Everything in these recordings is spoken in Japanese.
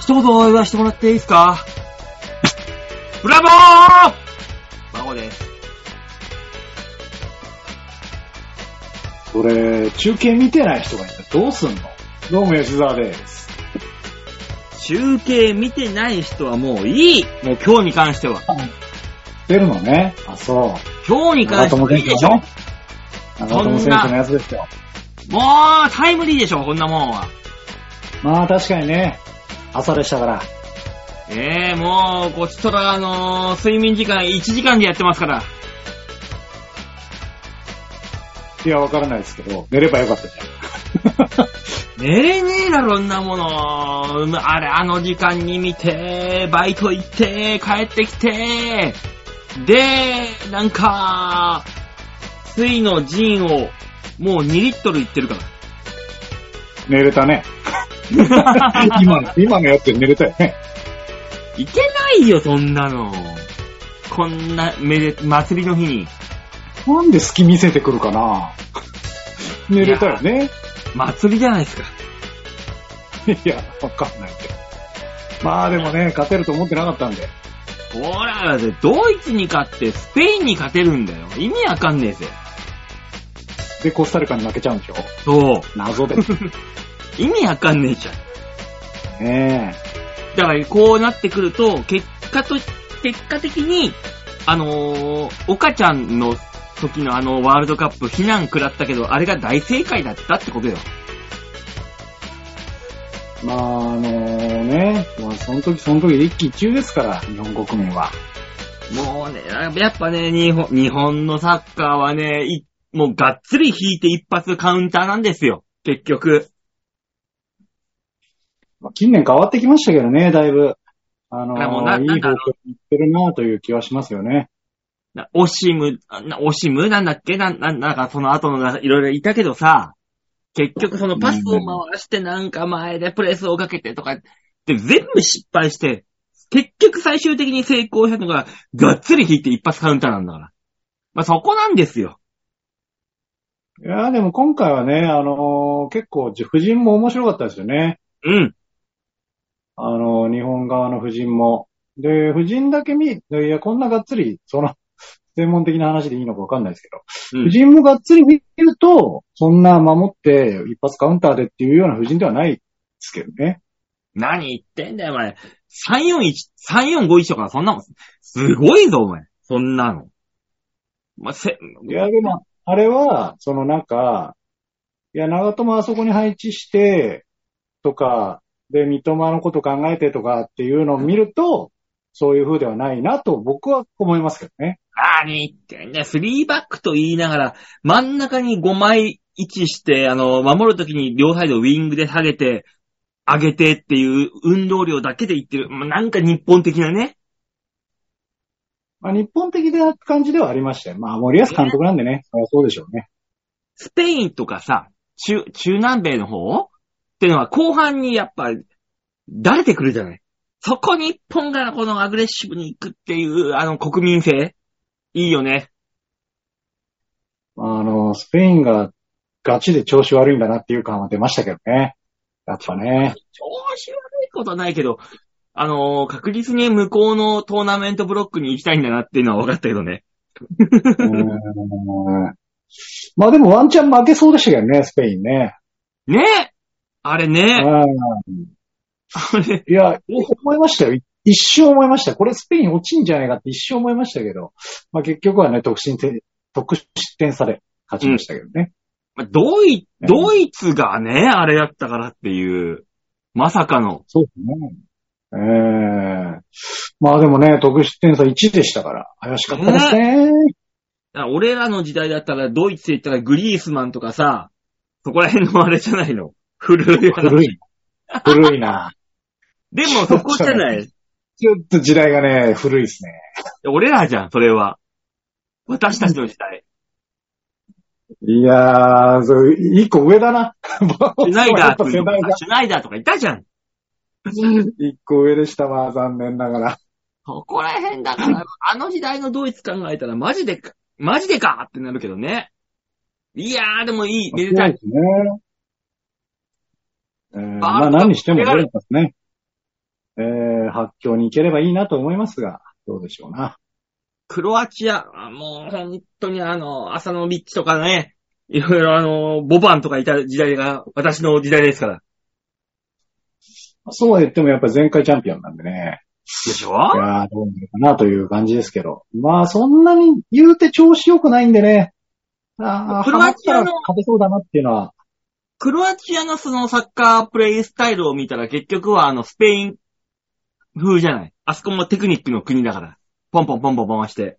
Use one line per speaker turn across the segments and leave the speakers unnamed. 一言お祝いしてもらっていいですか
ブラボー孫です。
それ、中継見てない人がいたらどうすんのどうも吉沢です。
中継見てない人はもういいもう今日に関しては。
出るのね。あ、そう。
今日に関して
友
はいい
選
で
手
しょ
の長友選手のやつですよ。
もうタイムリーでしょこんなもんは。
まあ確かにね、朝でしたから。
ええもう、こっちとら、あのー、睡眠時間1時間でやってますから。
いや、わからないですけど、寝ればよかったじゃん。
寝れねえだろ、んなもの。うんあれ、あの時間に見て、バイト行って、帰ってきて、で、なんか、水のジンを、もう2リットルいってるから。
寝れたね。 今の、今のやつ寝れたよね。
いけないよ、そんなの。こんな、めで、祭りの日に。
なんで隙見せてくるかな寝れたよね。
祭りじゃないですか。
いや、わかんないけど。まあでもね、勝てると思ってなかったんで。
ほら、ドイツに勝って、スペインに勝てるんだよ。意味わかんねえぜ。
で、コスタリカに負けちゃうんでしょ
そう。
謎で。
意味わかんねえじゃん。
ね
だから、こうなってくると、結果と、結果的に、あのー、岡ちゃんの時のあの、ワールドカップ、非難食らったけど、あれが大正解だったってことよ。
え。まあ、あのね、まあ、その時その時で一喜一憂ですから、日本国民は。
もうね、やっぱね、日本、日本のサッカーはね、いもうがっつり引いて一発カウンターなんですよ。結局。
まあ、近年変わってきましたけどね、だいぶ。あの
あもうな
ー、いい
な
方
んだろう
向に行ってるなという気はしますよね。
なオシム、あなオシムなんだっけなん、なんなんかその後のなんかいろいろいたけどさ、結局そのパスを回してなんか前でプレスをかけてとかって全部失敗して、結局最終的に成功したのが、がっつり引いて一発カウンターなんだから。まあ、そこなんですよ。
いやーでも今回はね、あのー結構、夫人も面白かったですよね。
うん。
あの、日本側の夫人も。で、夫人だけ見、いや、こんながっつり、その、専門的な話でいいのかわかんないですけど、
うん
夫人もがっつり見ると、そんな守って一発カウンターでっていうような夫人ではないですけどね。
何言ってんだよ、お前。341、3451とか、そんなもん。すごいぞ、お前。そんなの。まあ、せ、
いや、でも、あれは、そのなんか、いや、長友あそこに配置して、とか、で、三笘のこと考えてとかっていうのを見ると、そういう風ではないなと僕は思いますけどね。
何言ってんだよ。3バックと言いながら、真ん中に5枚位置して、あの、守るときに両サイドウィングで下げて、上げてっていう運動量だけで言ってる。まあ、なんか日本的なね。
まあ、日本的な感じではありましたよ。まあ、森保監督なんでね、そりゃそうでしょうね。
スペインとかさ、中、中南米の方ってのは後半にやっぱ、だれてくるじゃない。そこに日本がこのアグレッシブに行くっていう、あの国民性いいよね。
あの、スペインがガチで調子悪いんだなっていう感は出ましたけどね。やっぱね。
調子悪いことはないけど、あのー確実に向こうのトーナメントブロックに行きたいんだなっていうのは分かったけどね。
うーんまあでもワンチャン負けそうでしたけどね、スペインね。
ねえあれ
う
ね、
ん
あれ、
いや、思いましたよ。一瞬思いました。これスペイン落ちんじゃないかって一瞬思いましたけど。まあ結局はね、得失点、得失点差で勝ちましたけどね。
まドイ、
うん
ドイツがね、あれだったからっていう、まさかの。
そうですね。ええまあでもね、得失点差1でしたから、怪しかったですね。
あ俺らの時代だったら、ドイツで言ったらグリースマンとかさ、そこら辺のあれじゃないの。古い話
古い。古い な。
でもそこじゃ ない。
ちょっと時代がね、古いですね。
俺らじゃん、それは。私たちの時 代。
いやー、そう一個上だな。
シュナイ
や
ダ
っ
ーと
ぱ
か、
世代が
シュナイダーとかいたじゃ ん。
一個上でしたわ、残念ながら。
そこら辺だから、あの時代のドイツ考えたらマジでか、マジでかってなるけどね。いやー、でもいい、めでたい。
ですね。えーまあ何にしても良かったですね。えー、発狂に行ければいいなと思いますが、どうでしょうな。
クロアチア、あもう本当にあの、浅野ビッチとかね、いろいろあの、ボバンとかいた時代が私の時代ですから。
そうは言ってもやっぱり前回チャンピオンなんでね。
でしょ
いやーどうなるかなという感じですけど。まあそんなに言うて調子良くないんでね。ああ、
クロアチアの
ハマったら勝てそうだなっていうのは。
クロアチアのそのサッカープレイスタイルを見たら結局はあの、スペイン風じゃない。あそこもテクニックの国だから。ポンポンポンポンポン回して。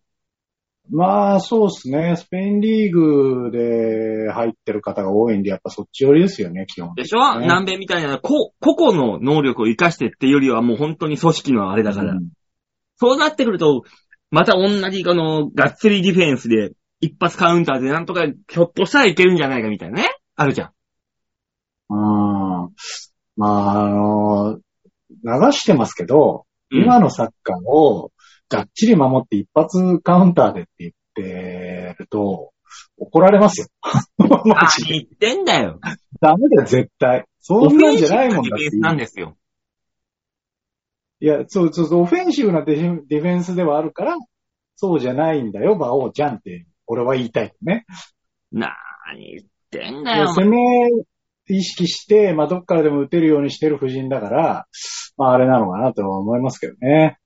まあそうですね。スペインリーグで入ってる方が多いんで、やっぱそっち寄りですよね、基本。
でしょ、
ね
南米みたいな、こ個々の能力を活かしてっていうよりはもう本当に組織のあれだから。
うん
そうなってくると、また同じこの、がっつりディフェンスで、一発カウンターでなんとか、ひょっとしたらいけるんじゃないかみたいなね。あるじゃん。
うん。まあ、あの、流してますけど、
うん
今のサッカーをがっちり守って一発カウンターでって言ってると、怒られますよ。 マジ
何
で
言ってんだよ。
ダメだよ、絶対。そ
オフ
んな
ェ
ん
ン
じ
シブな
ゃな
いデ
もん
ィ
だ
フ
って
ェンスなんですよ。
いや、そうそうそう、オフェンシブなディフェンディフェンスではあるから、そうじゃないんだよ、馬王ちゃんって、俺は言いたいね。
何言ってんだ
いや
よ。
攻め意識して、まあ、どっからでも打てるようにしてる夫人だから、まあ、あれなのかなとは思いますけどね。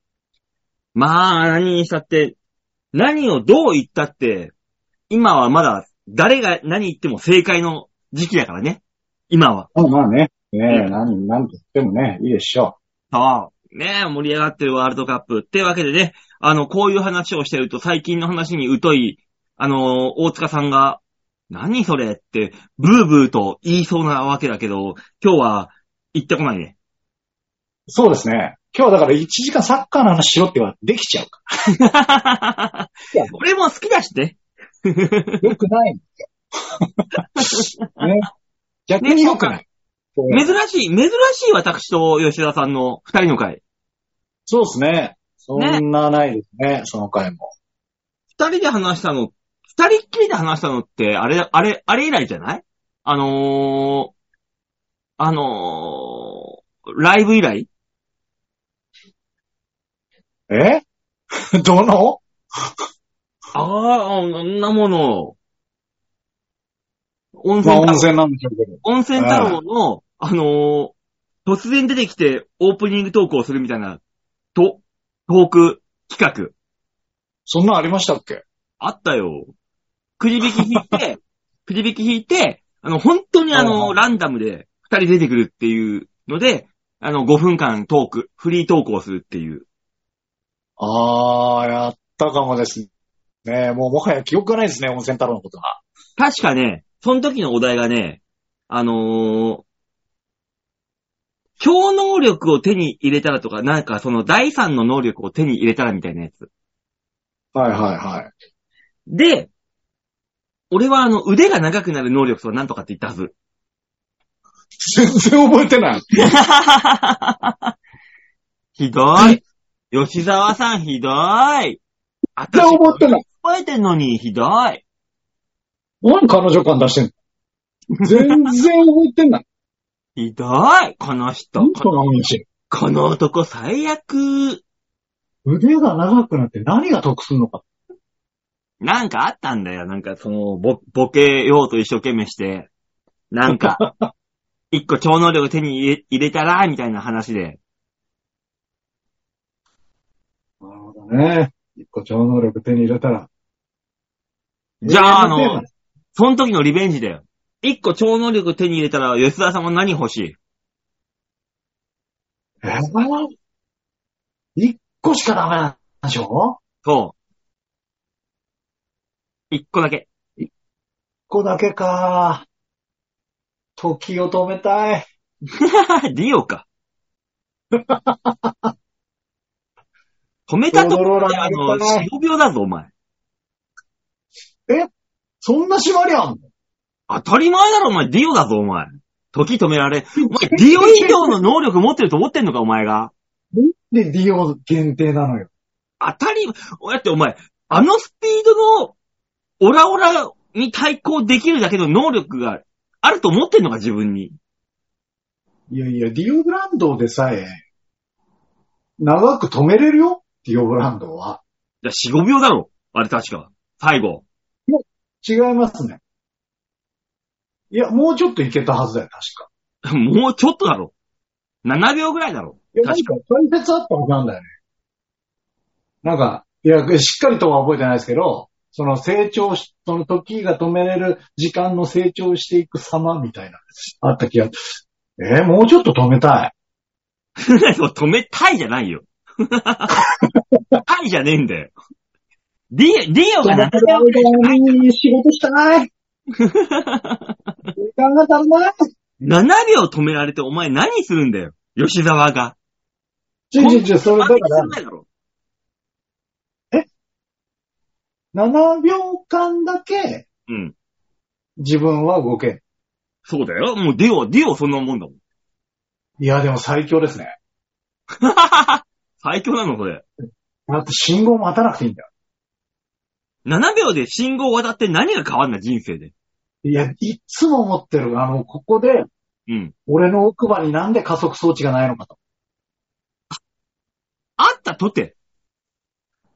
まあ、何にしたって、何をどう言ったって、今はまだ、誰が何言っても正解の時期だからね。今は。
まあまあね、
う
ねえ、
ん
なん、なんと言ってもね、いいでしょ
さあ、ねえ、盛り上がってるワールドカップ。ってわけでね、あの、こういう話をしてると最近の話に疎い、あの、大塚さんが、何それって、ブーブーと言いそうなわけだけど、今日は行ってこないね。
う。そうですね。今日はだから1時間サッカーの話しろって言われてできちゃうかや
俺も好きだしね。
ら。よくないんですよ。 ね。逆に良くない。そう
珍しい、珍しい私と吉田さんの二人の会。
そうですね。そんなないですね、その回も。
二人で話したの、二人っきりで話したのって、あれ、あれ、あれ以来じゃないあのー、あのー、ライブ以来
え どの
ああ、あんなもの。温泉
まあ
太
温
郎、
泉なんでしょうけど。
温泉太郎の、あのー突然出てきてオープニングトークをするみたいな、と、トーク企画、
そんなんありましたっけ
あったよ。くじ引き引い て、くじ引き引いて、あの、本当にあ
はいは
の、
い
ランダムで二人出てくるっていうので、あの、5分間トーク、フリートークをするっていう。
あー、やったかもですね。もうもはや記憶がないですね、温泉太郎のことが。
確かね、その時のお題がね、あのー超能力を手に入れたらとか、なんかその第三の能力を手に入れたらみたいなやつ。
はいはいはい。
で、俺はあの腕が長くなる能力とは何とかって言ったはず。
全然覚えてない。
ひどい。吉沢さんひどい。あ
全然覚えてない。
覚えてんのにひどい。
何彼女感出してんの全然覚えて ない。
ひどい。この人。
何
こ
この話。
この男最悪。
腕が長くなって何が得すんのか。
なんかあったんだよ。なんかその、ぼ、ボケようと一生懸命して、なんか、一個超能力手に入れ入れたら、みたいな話で。
なるほどね。一個超能力手に入れたら。
じゃあ、あの、その時のリベンジだよ。一個超能力手に入れたら、吉沢さんは何欲しい
えー一個しかダメなんでしょ
そう。一個だけ。
一個だけか。時を止めたい。
ディオか。止めたところで、あの、4秒だぞ、お前。
そんな縛りあんの
当たり前だろ、お前。ディオだぞ、お前。時止められ。お前、ディオ以上の能力持ってると思ってんのか、お前が。
で、利用限定なのよ。
当たり、だってお前、あのスピードの、オラオラに対抗できるだけの能力があると思ってんのか、自分に。
いやいや、ディオグランドでさえ、長く止めれるよディオブランドは。
いや、4、5秒だろ。あれ確か。最後。
違いますね。いや、もうちょっといけたはずだよ、確か。
もうちょっとだろ。7秒ぐらいだろ。
いや、なん
確
か
か。
解説あったはずなんだよね。なんか、いや、しっかりとは覚えてないですけど、その成長し、その時が止めれる時間の成長していく様みたいな、あった気が。えーもうちょっと止めたい。
そう止めたいじゃないよ。 たいじゃねえんだよ。ディオ、ディオが7秒ぐらいしかない。
に仕事 したい。時間が足り ない。
7秒止められてお前何するんだよ。吉沢が。
ちょいちょいちょい、それだか
バカに
ら
すん、なよだろ
7秒間だけ
うん。
自分は動ける。
そうだよ。もうディオ、ディオそんなもんだもん。
いや、でも最強ですね。
最強なの、それ。
だって信号待たなくていいんだよ。
7秒で信号を渡って何が変わんな、人生で。
いや、いつも思ってる。あの、ここで、
うん。
俺の奥歯になんで加速装置がないのかと。
あったとて。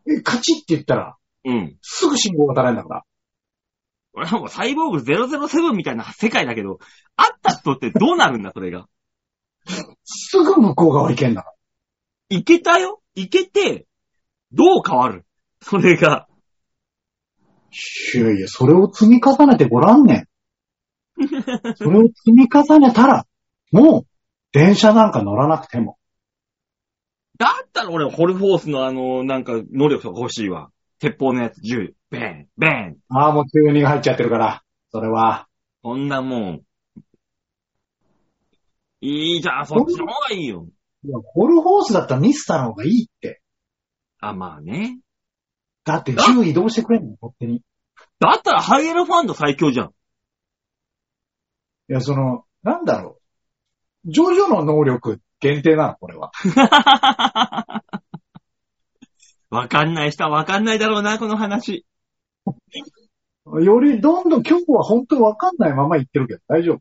え、カチって言ったら、
うん。
すぐ信号が足らないんだから。
俺はもうサイボーグ007みたいな世界だけど、あったとってどうなるんだ、それが。
すぐ向こう側行けんだか
いけたよいけて、どう変わるそれが。
ら。いやいや、それを積み重ねてごらんね ん。それを積み重ねたら、もう、電車なんか乗らなくても。
だったら俺、ホルフォースのあの、なんか、能力とか欲しいわ。鉄砲のやつ、銃、ベン、ベン。
ああ、もう急に入っちゃってるから。それは。
こんなもん。いいじゃん、そっちの方がいいよ。
いや、ホルホースだったらミスターの方がいいって。
あ、まあね。
だって銃移動してくれんの勝手に。い
だったらハイエロファンド最強じゃん。
や、その、なんだろう。ジョジョの能力限定なの、これは。
わかんない人はわかんないだろうな、この話。
より、どんどん今日は本当にわかんないまま言ってるけど、大丈夫。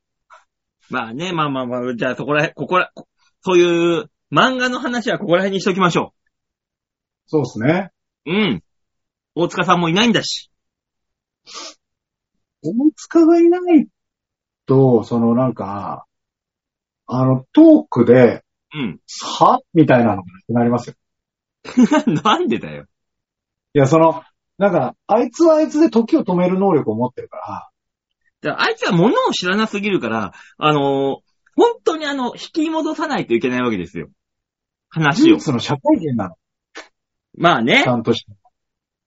まあね、まあまあまあ、じゃあそこらへん、ここら、こそういう漫画の話はここら辺にしときましょ
そうですね。
う。うん。大塚さんもいないんだし。
大塚がいないと、そのなんか、あの、トークで、
うん。
はみたいなのがなくなりますよ。
なんでだよ。
いや、その、なんか、あいつはあいつで時を止める能力を持ってるから、
だからあいつは物を知らなすぎるから、あのー本当にあの、引き戻さないといけないわけですよ。話
事
を。
実の社会人なの、
まあね
ち。ゃんとして。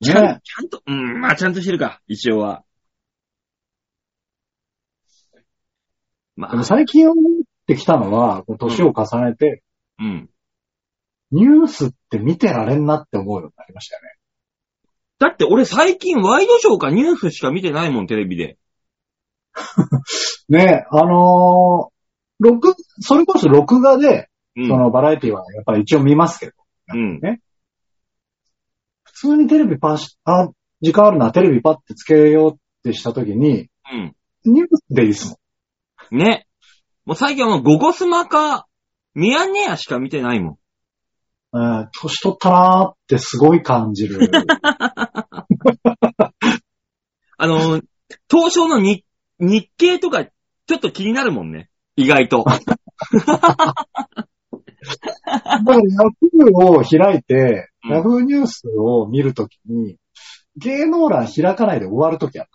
ちゃん
ね
ちゃんと、うん、まあちゃんとしてるか、一応は。ま
でも
あ、
最近思ってきたのは、こう年を重ねて、
うん。
ニュースって見てられんなって思うようになりましたよね。
だって俺最近ワイドショーかニュースしか見てないもん、テレビで。
ねあのー、録、それこそ録画で、
うん。
そのバラエティはやっぱり一応見ますけど、
うん。
普通にテレビパし、あ、時間あるな、テレビパってつけようってした時に、
うん。
ニュースでいいっすもん。
ね。もう最近はもうゴゴスマか、ミヤネ屋しか見てないもん。
うん、年取ったなーってすごい感じ る。
あの、東証の日、日経とか、ちょっと気になるもんね。意外と。
だから Yahoo を開いて、
うん
Yahoo ニュースを見るときに、芸能欄開かないで終わるときあ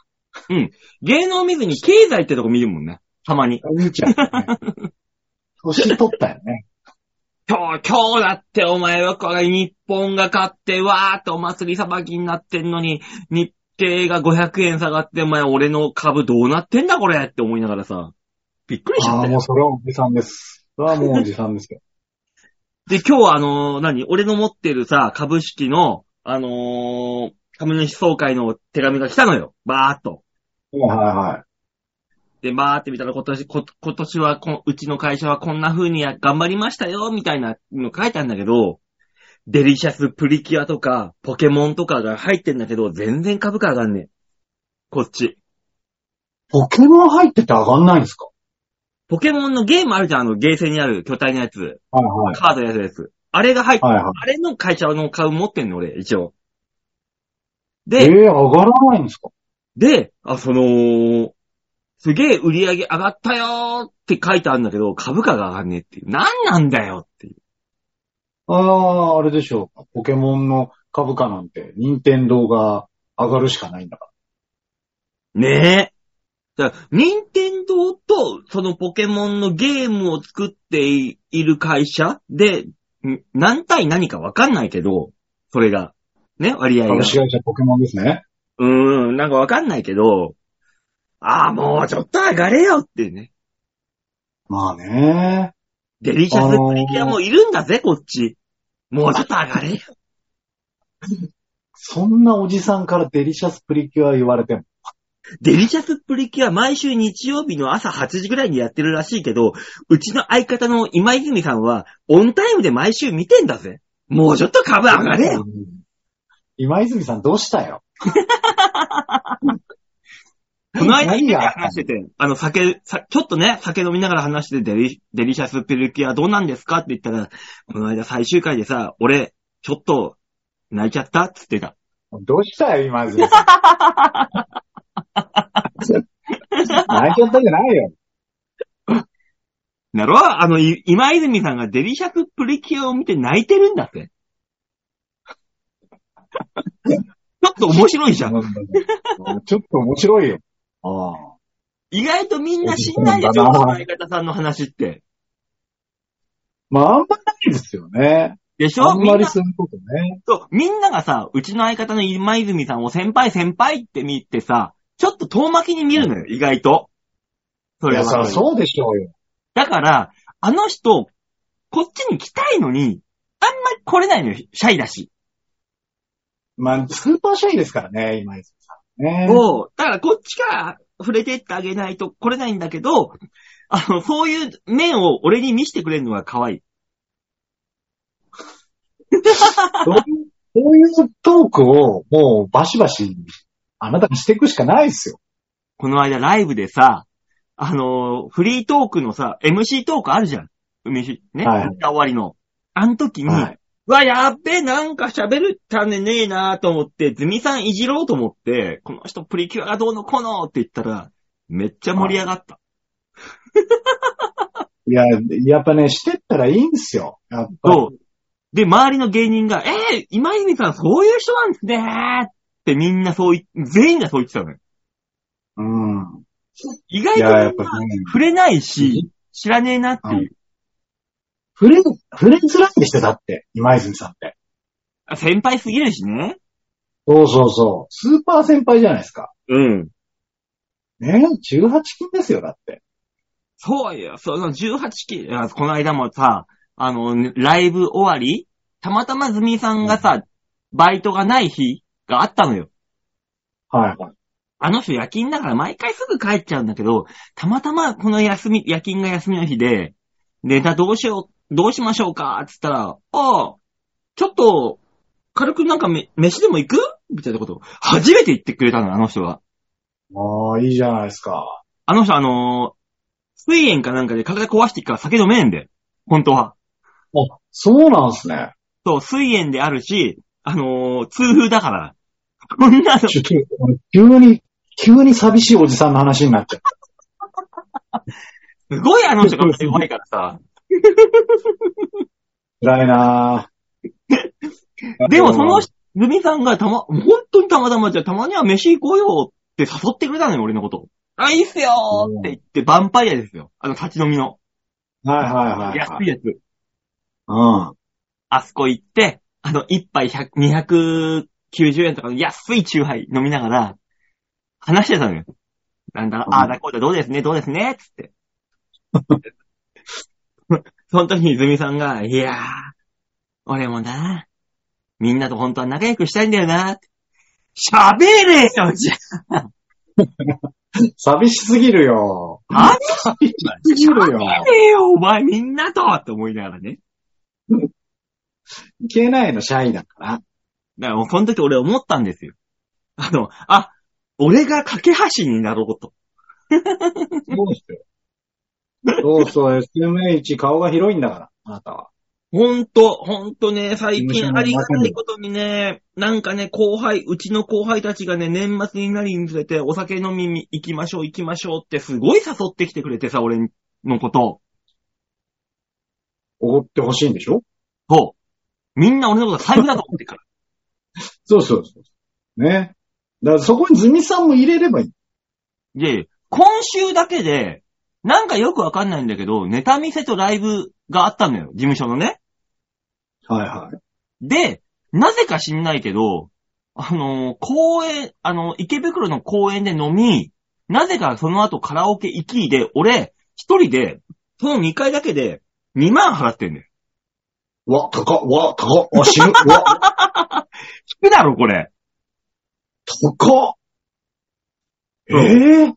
芸能見ずに経済ってとこ見るもんね。たまに。
る。見ちゃう、ね。 年取ったよね。
今日、今日だってお前はこれ日本が勝って、わーってお祭り騒ぎになってんのに、日経が500円下がって、お前俺の株どうなってんだこれって思いながらさ、びっくりしちゃっ
ああ、
た
も
よ
う。それはおじさんです。それはもうおじさんですよ。
で、今日はあのー何俺の持ってるさ、株式の、あのー株主総会の手紙が来たのよ。バーっと。
はいはい。
で、バーって見たら今年、こ今年はこ、うちの会社はこんな風にや頑張りましたよ、みたいなの書いてあるんだけど、デリシャスプリキュアとか、ポケモンとかが入ってんだけど、全然株価上がんねえ。こっち。
ポケモン入ってて上がんないんですか
ポケモンのゲームあるじゃん、あの、ゲーセンにある巨体のやつ。
はいはい。
カードやるやつ。あれが入って、
はいはい
あれの会社の株持ってんの、俺、一応。で、
えー、上がらないんですか
で、あ、その、すげえ売り上げ上がったよーって書いてあるんだけど、株価が上がんねえっていう。なんなんだよっていう。
ああ、あれでしょう。ポケモンの株価なんて、任天堂が上がるしかないんだか
ねえ。だから、任天堂と、そのポケモンのゲームを作っている会社で、ん何対何かわかんないけど、それが。ね、割合
ら。
が。
株式会社ポケモンですね。
うーん、なんかわかんないけど、ああ、もうちょっと上がれよっていうね。
まあね。
デリシャスプリキュアもいるんだぜ、こっち。もうちょっと上がれよ。
そんなおじさんからデリシャスプリキュア言われても。
デリシャスプリキュア毎週日曜日の朝8時ぐらいにやってるらしいけど、うちの相方の今泉さんは、オンタイムで毎週見てんだぜ。もうちょっと株上がれよ。
うん今泉さんどうした よ
この間
何があったの
話してて、あの酒、さちょっとね、酒飲みながら話しててデリ、デリシャスプリキュアどうなんですかって言ったら、この間最終回でさ、俺、ちょっと、泣いちゃったっつってた。
どうしたよ、 今泉さん。泣いちゃったんじゃないよ。
なろあの、い今泉さんがデリシャスプリキュアを見て泣いてるんだ ぜ。ちょっと面白いじゃん。
ちょっと面白いよ。ああ。
意外とみんな信頼でしょ、
うん
この相方さんの話って。
まあ、あんまないですよね。
でしょ
あんま
みん
り
な
することね。
そうみんながさ、うちの相方の今泉さんを先輩先輩って見てさ、ちょっと遠巻きに見るのよ、意外と。そ
い
れ
や、
は。
そりゃそうでしょうよ。
だから、あの人、こっちに来たいのに、あんまり来れないのよ、シャイだし。
まあ、スーパーシャイですからね、今泉さんね。
そう。だからこっちから触れてってあげないと来れないんだけど、あの、そういう面を俺に見せてくれるのが可愛い。
そういうそういうトークを、もう、バシバシ、あなたにしていくしかないですよ。
この間ライブでさ、あのーフリートークのさ、MC トークあるじゃん。海し、ね。
はい
歌終わりの。あの時に、
はい。
わ、やっべえ、なんか喋る種ねえなと思って、ズミさんいじろうと思って、この人プリキュアがどうのこうのって言ったら、めっちゃ盛り上がった。
いや、やっぱね、してったらいいんですよ。やっぱり。
そう。で、周りの芸人が、えー、今泉さんそういう人なんですねってみんなそうい、全員がそう言ってたのよ。
うん。
意外
いや、やっ
とみん
ぱ
な
ね、
触れないし、知らねえなっていう。
触れ、触れづらいんですよ、だって、今泉さんって。
あ先輩すぎるしね。
そうそうそう。スーパー先輩じゃないですか。
うん。
ねえ、18金ですよ、だって。
そうよ、その18期、あこの間もさ、あの、ライブ終わり、たまたまズミさんがさ、バイトがない日があったのよ。
はいはい。
あの人夜勤だから毎回すぐ帰っちゃうんだけど、たまたまこの休み、夜勤が休みの日で、ネタどうしよう、どうしましょうかっつったら、ああ、ちょっと、軽くなんかめ、飯でも行くみたいなことを、初めて言ってくれたのよ、あの人は。
ああ、いいじゃないですか。
あの人あのー、水炎かなんかで体壊してっから酒飲めねえんで、本当は。
あ、そうなんですね。
そう、水炎であるし、あのー、痛風だから。こんなの、
ちょ、ちょ、俺急に、急に寂しいおじさんの話になっちゃう。
すごいあの人がすごいから さ。
辛いな ぁ
でもその、ズミさんがたま、本当にたまたまじゃ、たまには飯行こうよって誘ってくれたのよ、俺のこと。あ、いいっすよーって言って、ヴァンパイアですよ。あの、立ち飲みの。
はいはいはい
安
はい
やつ。
い。
あそこ行って、あの、一杯100 290円とかの安いチューハイ飲みながら、話してたのよ。なんだ、
うん
ああだこうだ、どうですね、どうですね、つって。 その時に泉さんが、いやー、俺もな、みんなと本当は仲良くしたいんだよな、喋れよ、じゃ
うん。寂しすぎるよ。
あ。
寂しすぎるよ。
喋れよ、お前みんなとって思いながらね。
いけないの、シャイだ から。
だから、その時俺思ったんですよ。あの、あ、俺が架け橋になろうと。
そうですよ。そうそう、SMA1 顔が広いんだから、あなたは。
ほんと、ほんとね、最近ありがたいことにね、なんかね、後輩、うちの後輩たちがね、年末になりにつれて、お酒飲みに行きましょう、行きましょうってすごい誘ってきてくれてさ、俺のこと。
おごってほしいんでしょ
そう。みんな俺のこと財布だと思ってるから。
そうそうそう。ね。だからそこにズミさんも入れればいい。
で、今週だけで、なんかよくわかんないんだけど、ネタ見せとライブがあったのよ、事務所のね。
はいはい。
で、なぜか知んないけど、あのー公園、あのー池袋の公園で飲み、なぜかその後カラオケ行きで、俺、一人で、その2回だけで、2万払ってんだよ。
わ、高っ、わ、高っ、わ、死 ぬ、わ、
聞くだろ、これ。
高っ。ええ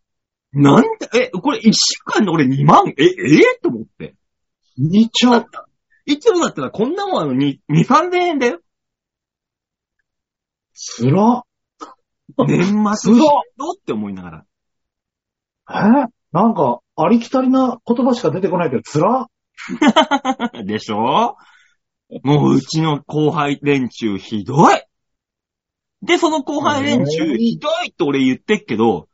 なんで、え、これ1週間で俺2万、え、ええと思って。
二丁。
いつもだったらこんなもんあの、2、2、3000円だよ。
つら。
年末にしろって思いながら。
えなんか、ありきたりな言葉しか出てこないけど、つら。
でしょもううちの後輩連中ひどいで、その後輩連
え
中
ー
ひどいって俺言ってっけど、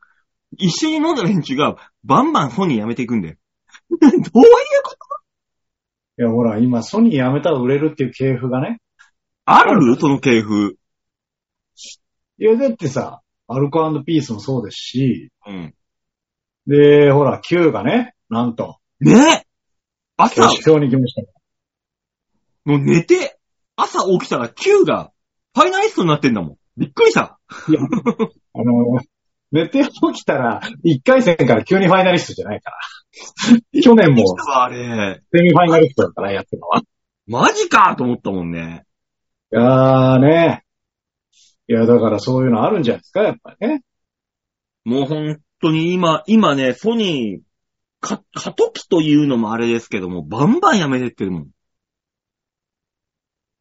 一緒に飲んだ連中がバンバンソニー辞めていくんだよ。どういうこと
いや、ほら、今、ソニー辞めたら売れるっていう系譜がね。
あるその系譜。
いや、だってさ、アルコピースもそうですし、
うん。
で、ほら、Q がね、なんと、
ね朝、
決勝に来ました。
もう寝て、朝起きたら Q がファイナリストになってんだもん。びっくりした。
あの、寝て起きたら、一回戦から急にファイナリストじゃないから。去年も
あれ。
セミファイナリストだからやってたわ。
マジかと思ったもんね。
いやーね。いや、だからそういうのあるんじゃないですか、やっぱりね。
もう本当に今、今ね、ソニー、か、過渡期というのもあれですけども、バンバンやめてってるもん。
い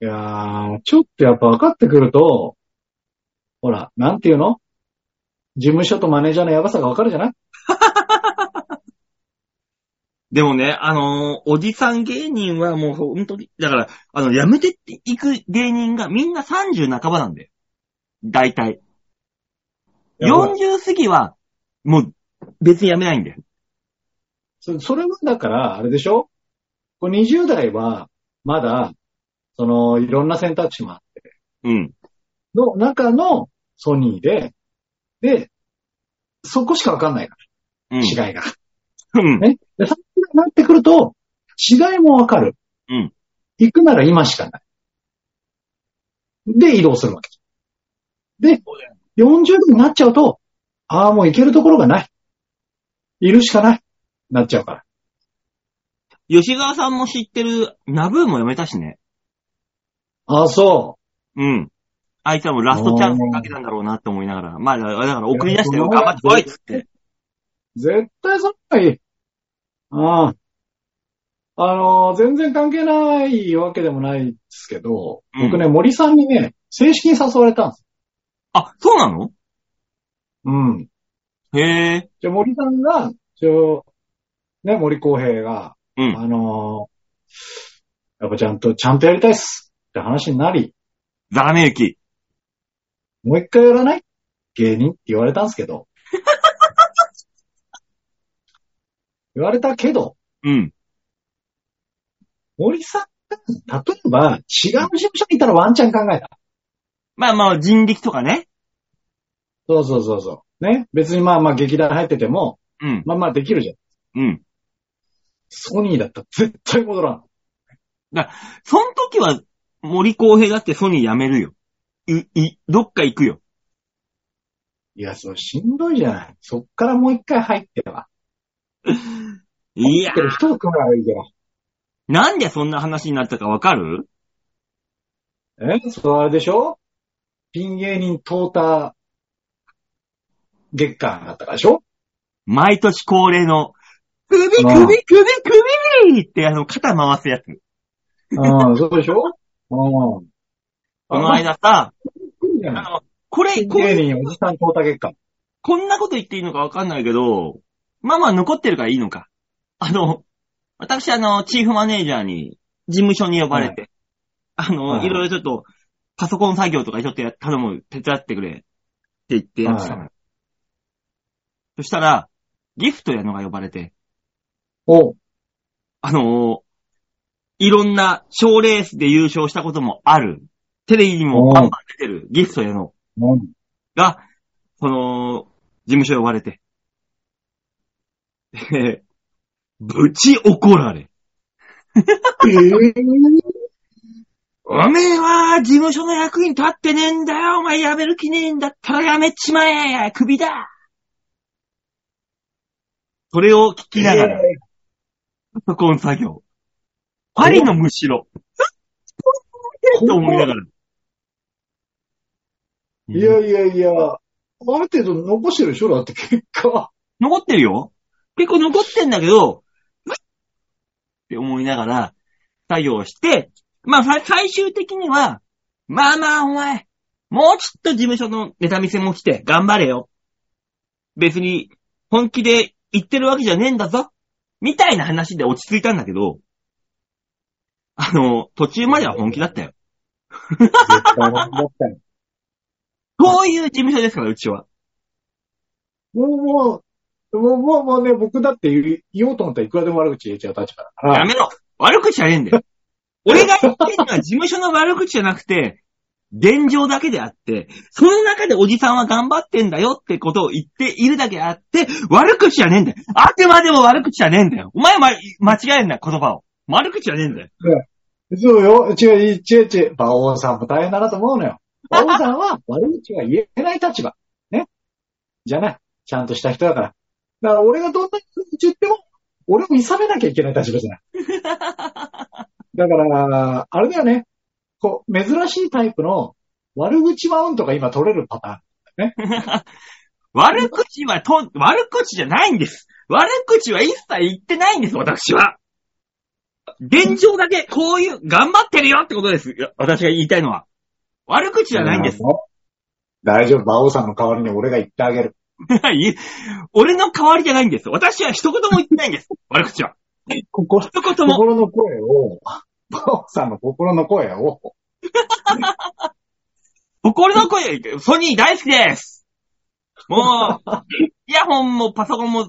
やー、ちょっとやっぱ分かってくると、ほら、なんていうの事務所とマネージャーのやばさが分かるじゃない
でもね、あのーおじさん芸人はもう本当に、だから、あの、やめてっていく芸人がみんな30半ばなんだよ。大体。40過ぎは、もう、別にやめないんだよ。
そそれはだから、あれでしょこれ20代は、まだ、その、いろんな選択肢もあって、
うん。
の中のソニーで、で、そこしかわかんないか
う
ら、
ん。
違いが。
うん。
ね。で、さっきになってくると、違いもわかる。
うん。
行くなら今しかない。で、移動するわけ。で、40代になっちゃうと、ああ、もう行けるところがない。いるしかない。なっちゃうから。
吉沢さんも知ってる、ナブーもやめたしね。
ああ、そう。
うん。あいつはもうラストチャンスかけたんだろうなって思いながら。まあ、だから送り出してよ、頑張ってこいっつって。
絶対そっかいい。ああ。あのー全然関係ないわけでもないですけど、
うん
僕ね、森さんにね、正式に誘われたんです。
あ、そうなの
うん。
へえ。
じゃあ森さんが、一応、ね、森公平が、
うん
あのーやっぱちゃんと、ちゃんとやりたいっすって話になり、
ザラメユキ。
もう一回やらない芸人って言われたんですけど。 言われたけど、
うん。
森さんが、例えば、違う事務所にいたらワンチャン考えた。
まあまあ、人力とかね。
そうそうそうそう。ね。別にまあまあ劇団入ってても、
うん。
まあまあできるじゃん。
うん。
ソニーだったら絶対戻らん。
その時は、森公平だってソニー辞めるよ。い、い、どっか行くよ。
いや、そうしんどいじゃない。そっからもう一回入っては。
いや
入ってる人と組めばいいけ
なんでそんな話になったかわかる
ど。えそうあれでしょピン芸人トータ月間だったからでしょ
毎年恒例の、首、首、
うん
首、首ってあの、肩回すやつ。
うん、そうでしょうん。
この間さ、あの、これ、
ピン
こ
芸
う
人おじさんトータ月間。
こんなこと言っていいのかわかんないけど、まあまあ残ってるからいいのか。あの、私あの、チーフマネージャーに事務所に呼ばれて、あの、
はい
いろいろちょっと、パソコン作業とかちょっとや頼む、手伝ってくれって言ってやってたの。
は
そしたら、ギフトやのが呼ばれて、
お、
あのーいろんな賞レースで優勝したこともある、テレビにもバンバン出てるギフトやの
うん。
が、この、事務所呼ばれて、でぶち怒られ。
えぇ、
おめえは、事務所の役に立ってねえんだよお前辞める気ねえんだったら辞めちまえクビだそれを聞きながら、パソコン作業。パリのむしろ。と思いながら。
いやいやいや、ある程度残してるでしょだって結果。
残ってるよ結構残ってんだけど、うっって思いながら、作業して、まあ、さ最終的には、まあまあ、お前、もうちょっと事務所のネタ見せも来て、頑張れよ。別に、本気で言ってるわけじゃねえんだぞ。みたいな話で落ち着いたんだけど、あの、途中までは本気だったよ。
絶対残ったよ。
こういう事務所ですから、うちは。
もうもう、もうもうもうね、僕だって言い言おうと思ったらいくらでも悪口言えちゃう立場だから。
やめろ悪口じゃねえんだよ。俺が言ってるのは事務所の悪口じゃなくて、現状だけであって、その中でおじさんは頑張ってんだよってことを言っているだけあって、悪口じゃねえんだよ。あくまでも悪口じゃねえんだよ。お前はま間違えんな、言葉を。悪口じゃねえんだよ。
そうよ。違う、違う、違う。馬王さんも大変だなと思うのよ。馬王さんは悪口は言えない立場。ね。じゃない。ちゃんとした人だから。だから俺がどんなに言っても、俺を見さめなきゃいけない立場じゃ ない。だから、あれだよね。こう、珍しいタイプの悪口マウントが今取れるパタ
悪口はと、悪口じゃないんです。悪口は一切言ってないんです、私は。現状だけ、こういう、頑張ってるよってことです。いや私が言いたいのは。悪口
ーン。
じゃないんです。。
大丈夫。馬王さんの代わりに俺が言ってあげる。
い俺の代わりじゃないんです。私は一言も言ってないんです。悪口は。
心、
一言 も。
心の声 を、馬王さんの心の声を、
心の声、ソニー大好きです。もう、イヤホンもパソコンも、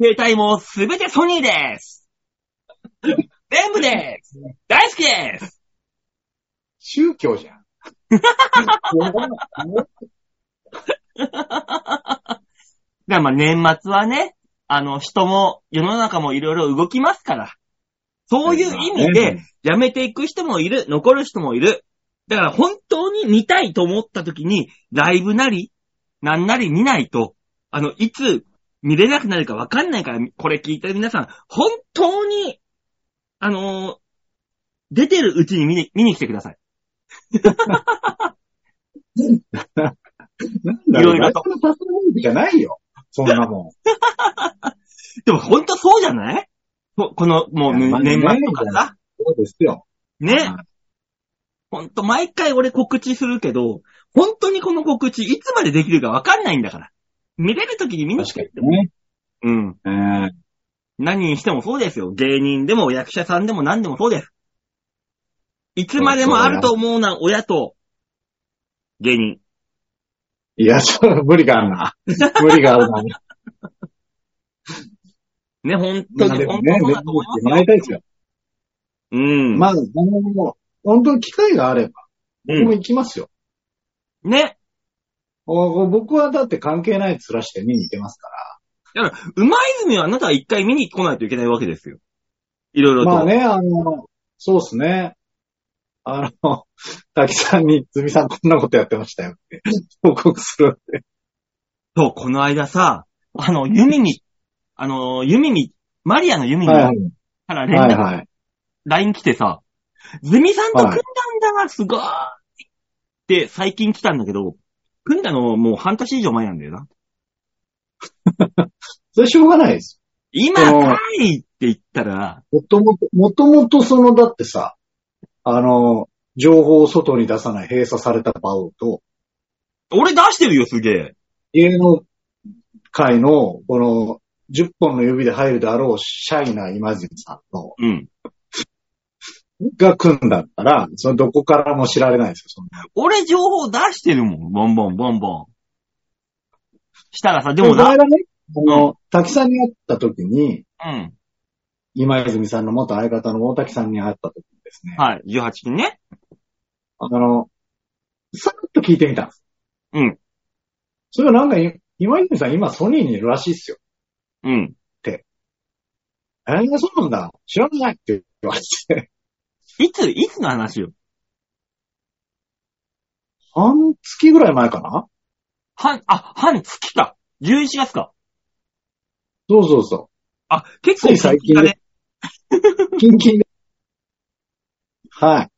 携帯もすべてソニーです。全部です。大好きです。
宗教 じゃん。
だからまあ年末はね、あの人も世の中もいろいろ動きますから。そういう意味で、辞めていく人もいる、残る人もいる。だから本当に見たいと思った時に、ライブなり、なんなり見ないと、あの、いつ見れなくなるかわかんないから、これ聞いてる皆さん、本当に、あのー出てるうちに見に見に来てください。
なんだ
い
ろ
ろいろ
う、ライ
と
ブのパスワードじゃないよ。そんなもん。
でも本当そうじゃないここの、もう
いやまあ
年末とかさ。
そうですよ。
ね。ほんと、毎回俺告知するけど、本当にこの告知、いつまでできるかわかんないんだから。見れる時に見に来
確
てって
かにね。
うん。
えー
何にしてもそうですよ。芸人でも役者さんでも何でもそうです。いつまでもあると思うな、親と、芸人。
いや、そう、無理があ るな。無理があるな。
ね、本
ま
当
あ
に、
で
本
も
当
ね、
そう
別
だと
に
思
言って
い
も
ま
ら
す
いたいですよ。
よ。うん。
まあ、あの、本当に機会があれば、
う
僕も
ん
行きますよ。
ね。
お僕はだって関係ない面して見に行けますか
馬泉はあなたは一回見に来ないといけないわけですよ。いろいろ
ら。
と。
まあね、あの、そうですね。あの、 滝さんに、ズミさんこんなことやってましたよ って、報告する。
そう、この間さ、あの、ユミに、あの、ユミに、マリアのユミに
は
か
い
ら連
はい。はい
絡、
はい。
LINE 来てさ、ズミさんと組んだ
は
んだ、
い
すごーいって最近来たんだけど、組んだのもう半年以上前なんだよな。
それしょうがないです。
今かいって言ったら、
もともと、もともとその、だってさ、あの、情報を外に出さない閉鎖された場をと、
俺出してるよ、すげえ。
芸能界の、この、10本の指で入るであろうシャイな今泉さんの、
うん。
が組んだったら、そのどこからも知られないですよ、そんな。
俺情報出してるもん。ボンボン、ボンボン。したらさ、で
で
も
も、この
な、
間ね、あの、滝さんに会った時に、
うん。
今泉さんの元相方の大滝さんに会った時にですね、
はい。18金ね。
あの、さっと聞いてみたんです。
うん。
それはなんかい、今泉さん今ソニーにいるらしいっすよ。
うん。
えー、そうなんだ。知らないって言われて。
いつ、いつの話よ。
半月ぐらい前かな
半、あ、半月か。11月か。
そうそうそ
あ、結構
つい最近
だね。
う。キンキンで。は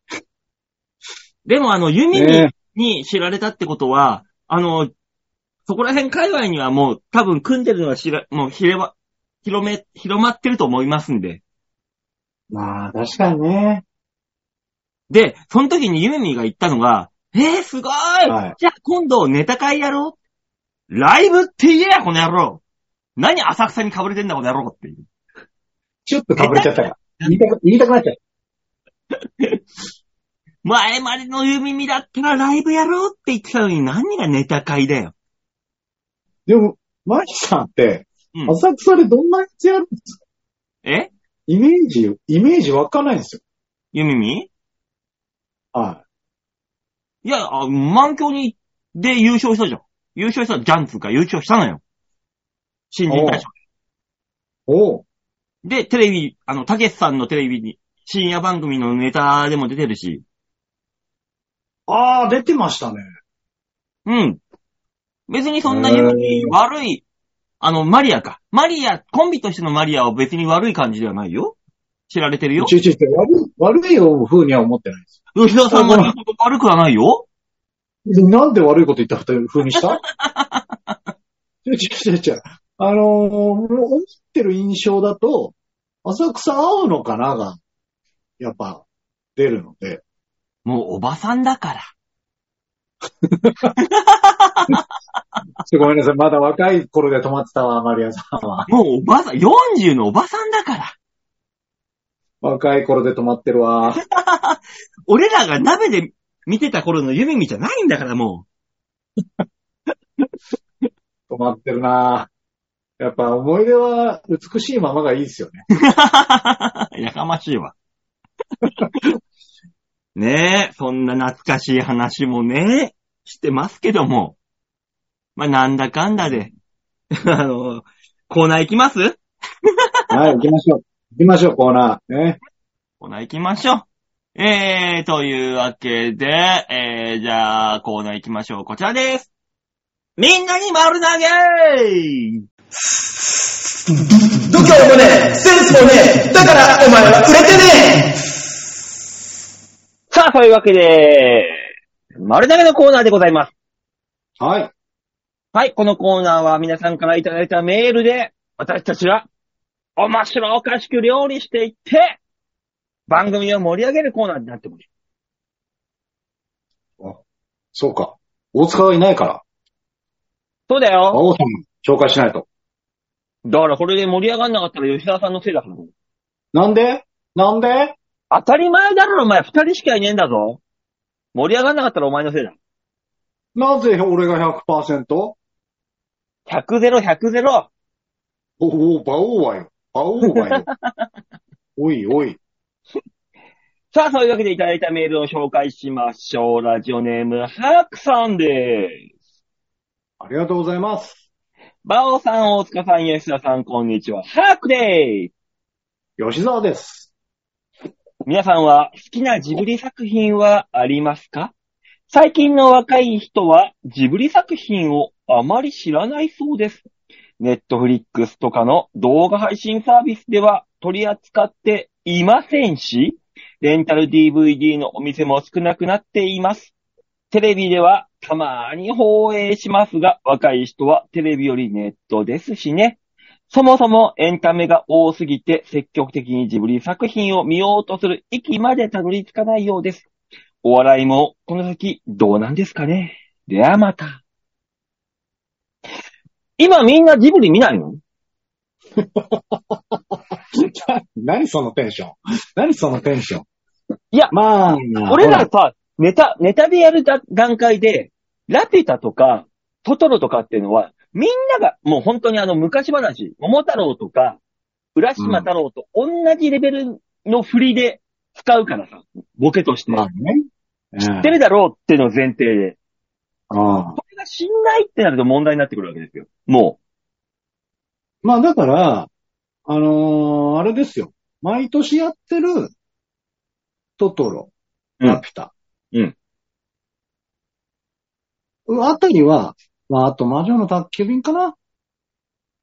でもあの、
い。
ユミに
ね
に知られたってことは、あの、そこら辺界隈にはもう多分組んでるのは知ら、もうひれば、広め、広まってると思いますんで。
まあ、確かにね。
で、その時にユーミーが言ったのが、えー、すごい、
はい
じゃあ今度ネタ会やろうライブって言えや、この野郎何浅草に被れてんだ、この野郎っていう。
ちょっと被れちゃったから。言いたく、言いたくなっちゃっ
前までのユーミーだったらライブやろうって言ってたのに何がネタ会だよ。
た。でも、マキさんって
う、ん
浅草でどんなやつやるんですか
え
イメージ、イメージわかんないんですよ。
ユーミ
は
ーいや、あ満響に、で優勝したじゃん。優勝した、ジャンツが優勝したのよ。新人大賞。
い。おう。
で、テレビ、あの、たけしさんのテレビに、深夜番組のネタでも出てるし、
ああ、出てましたね。
うん。別にそんなユに悪い、あの、マリアか。マリア、コンビとしてのマリアは別に悪い感じではないよ。知られてるよ。
ちゅちゅちゅ、悪い、悪いよ、風には思ってないです。
吉田さんも言うほど悪くはないよ。
なんで 悪いこと言った風にしたちょちょちょちょ。あのー、もう思ってる印象だと、浅草合うのかなが、やっぱ、出るので。
もうおばさんだから。
ちょごめんなさい。まだ若い頃で止まってたわ、マリアさんは。
もうおばさん、40のおばさんだから。
若い頃で止まってるわ。
俺らが鍋で見てた頃のユミミじゃないんだからも
止まってるなやっぱ思い出は美しいままがいいですよね。
う。 やかましいわ。ねえ、そんな懐かしい話もね、してますけども。まあ、なんだかんだで。 あの、コーナー行きます
はい、行きましょう。行きましょう、コーナー。ね。
コーナー行きましょう。えー、というわけで、えー、じゃあ、コーナー行きましょう。こちらです。みんなに丸投げ
度胸もねえ、センスもねえ、だからお前は売れてねえ
さあ、そういうわけで、丸投げのコーナーでございます。
はい。
はい、このコーナーは皆さんからいただいたメールで、私たちは、面白おかしく料理していって、番組を盛り上げるコーナーになっております。
そうか。大塚はいないから。
そうだよ。
馬王さん、紹介しないと。
だからこれで盛り上がんなかったら吉沢さんのせいだから。
なんでなんで
当たり前だろ、お前。二人しかいねえんだぞ。盛り上がんなかったらお前のせいだ。
なぜ俺が 100%?
100ゼロ、100ゼロ。
おお、馬王はよ。馬王 はよ。おいおい。
さあ、そういうわけでいただいたメールを紹介しましょう。ラジオネーム、ハークさんです。
ありがとうございます。
バオさん、大塚さん、吉田さん、こんにちは。ハークでーす。
吉沢です。
皆さんは好きなジブリ作品はありますか最近の若い人はジブリ作品をあまり知らないそうです。ネットフリックスとかの動画配信サービスでは取り扱っていませんし、レンタル DVD のお店も少なくなっています。テレビではたまに放映しますが、若い人はテレビよりネットですしね。そもそもエンタメが多すぎて積極的にジブリ作品を見ようとする域までたどり着かないようです。お笑いもこの先どうなんですかねではまた。今みんなジブリ見ないの
何そのテンション何そのテンション
いや、
まあ、
俺ら
ほ
さ、ネタ、ネタでやるだ段階で、ラピュタとか、トトロとかっていうのは、みんなが、もう本当にあの昔話、桃太郎とか、浦島太郎と同じレベルの振りで使うからさ、ボケとして。
まあね。知
知ってるだろうっていうのを前提で。
ああ
これが信頼ってなると問題になってくるわけですよ。も
まあだから、あのーあれですよ。毎年やってる、トトロ、
うん
ラピュタ。
うん
うん。あたりは、まああと魔女の宅急便かな、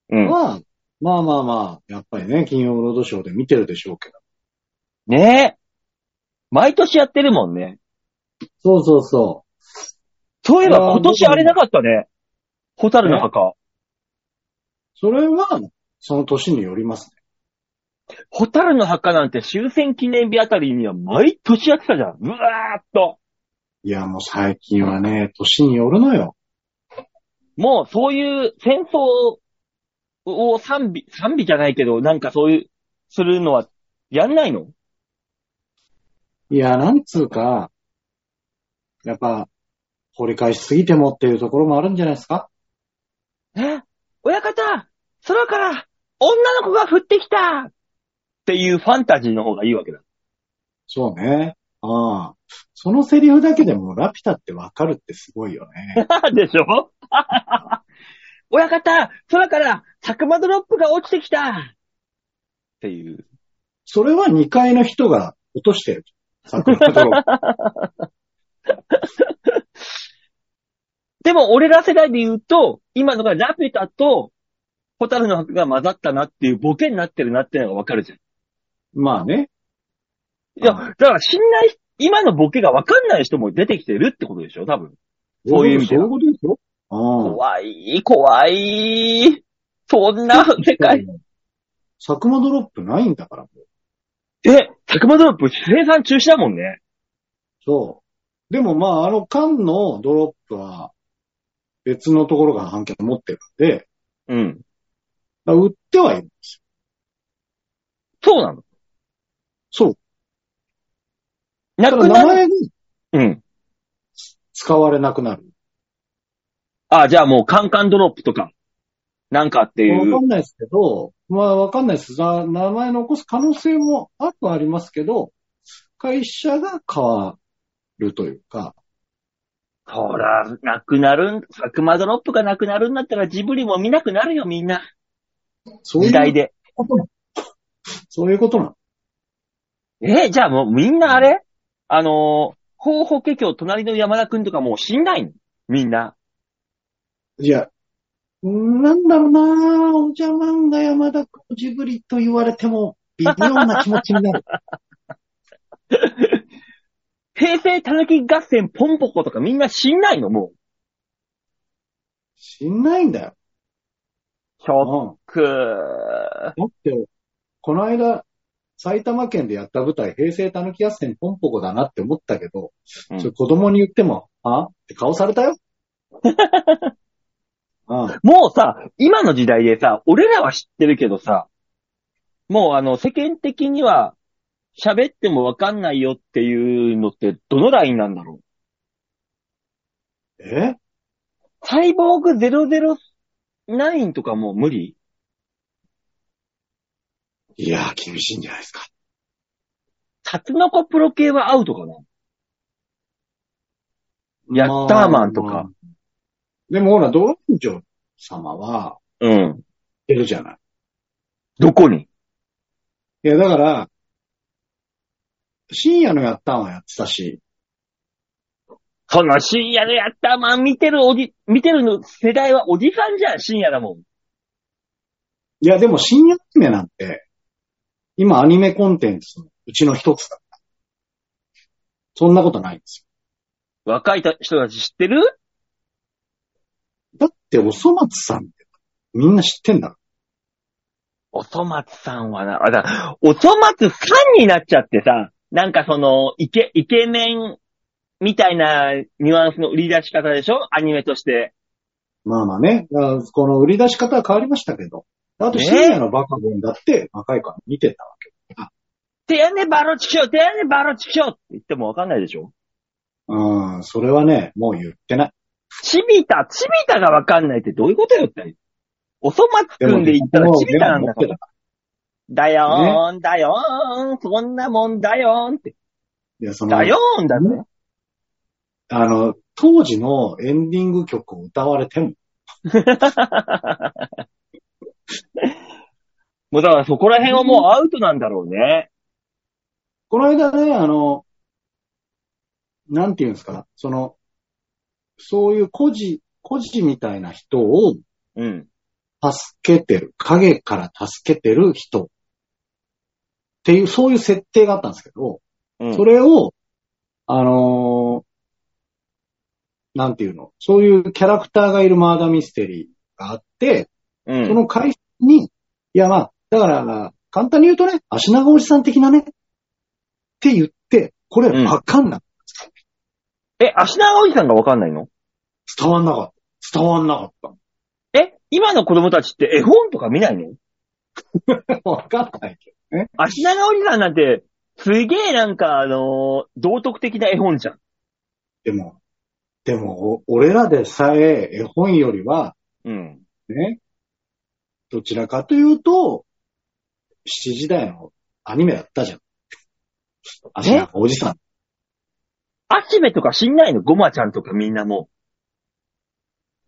う。うん。
は、まあまあまあ、やっぱりね、金曜ロードショーで見てるでしょうけど。
ねえ。毎年やってるもんね。
そうそうそ
そういえば
いやー
今年あれなかったね。ホタルの墓。
う。それは、その年によりますね。
ホタルの墓なんて終戦記念日あたりには毎年やってたじゃん。うわーっと。
いや、もう最近はね、年によるのよ。
もうそういう戦争を賛美、賛美じゃないけど、なんかそういう、するのはやんないの
いや、なんつうか、やっぱ、掘り返しすぎてもっていうところもあるんじゃないですか
え親方空から女の子が降ってきたっていうファンタジーの方がいいわけだ。
そうね。ああ。そのセリフだけでもラピュタってわかるってすごいよ ね。
でしょ親方空からクマドロップが落ちてきたっていう。
それは2階の人が落としてる。桜とろ。
でも俺ら世代で言うと、今のがラピュタとホタルの墓が混ざったなっていうボケになってるなっていうのがわかるじゃん。
まあね。
いや、だから信頼し、今のボケがわかんない人も出てきてるってことでしょ多分。そういう意味で
そうい
は
うことですよ。ああ。
怖い、怖い。 そんな世界。
サクマドロップないんだから、もう。
え、タクマドロップ生産中止だもんね。
そう。でもまあ、あの缶のドロップは、別のところが反響持ってるんで、
うん。
だから売ってはいるんですよ。
そうなの。
そう。
な
た
く
だ名
なる。
前が
うん。
使われなくなる。
あ、じゃあもうカンカンドロップとか、なんかってい
わ
う
か。んないですけど、まあわかんないです。な名前残す可能性もあくはありますけど、会社が変わるというか、
ほら、なくなるん、サクマドロップがなくなるんだったらジブリも見なくなるよ、みんな。
そうい
時代
う
で。
ことなの。 そういうことなの。
え、じゃあもうみんなあれあのー、候補家教隣の山田くんとかもう死んないのみんな。
いや、なんだろうなぁ、お邪魔んが山田くジブリと言われても、微妙な気持ちになる。
平成たぬき合戦ポンポコとかみんな死んないのもう。
しんないんだよ。
ショッ
うん。
ク
だって、この間、埼玉県でやった舞台、平成たぬき合戦ポンポコだなって思ったけど、
うん
それ子供に言っても、あって顔された よ。うん、
もうさ、今の時代でさ、俺らは知ってるけどさ、もうあの、世間的には、喋ってもわかんないよっていうのって、どのラインなんだろ
え
うサイボーグ009とかもう無理
いやー、厳しいんじゃないですか。
タツノコプロ系はアウトかなヤッターマンとか
まあ。でもほら、ドロンジョ様は、
うん。
出るじゃない。
どこに
いや、だから、深夜のやったんはやってたし、
その深夜のやったまん見てるおじ、見てるの世代はおじさんじゃん、深夜だもん。
いや、でも深夜アニメなんて、今アニメコンテンツのうちの一つだから。そんなことないんです
若いた人たち知ってる
よ。だって、おそ松さんって、みんな知ってんだか
おそ松さんはな、あ、だ、おそ松さんになっちゃってさ、なんかその、イケ、イケメンみたいなニュアンスの売り出し方でしょアニメとして。
ら。まあまあね、だからこの売り出し方は変わりましたけど、あと深夜のバカボンだって若いから見てたわけ。
てやんねバロチキショーてやんねバロチキショーって言ってもわかんないでしょ
うん、それはね、もう言ってない。
チビタ、チビタがわかんないってどういうことよって。おそ松くんで言ったらチビタなんだから。だよーん、だよーん、そんなもんだよーんって。
いや、その
だ、よーんだね。
あの、当時のエンディング曲を歌われても、
もうだからそこら辺はもうアウトなんだろうね。
この間ね、あの、なんていうんですか、その、そういう孤児、孤児みたいな人を
うん。
助けてる、影から助けてる人っていう、そういう設定があったんですけど、
うん。
それを、あのーなんていうの、そういうキャラクターがいるマーダーミステリーがあって、
うん
その回収に、いやまあ、だから、簡単に言うとね、足長おじさん的なね、って言って、これわかんない。
え、足長おじさんがわかんないの
伝わんなかった。伝わんなかっ
え、今の子供たちって絵本とか見ないの
た。 わかんないけ
足長おじさんなんて、すげえなんかあのー道徳的な絵本じゃん。
ど。でも、でも、お俺らでさえ絵本よりは、
うん。
ね、どちらかというと、7時代のアニメだったじゃん。足長おじさん。
アシベとか知んないのゴマちゃんとかみんなも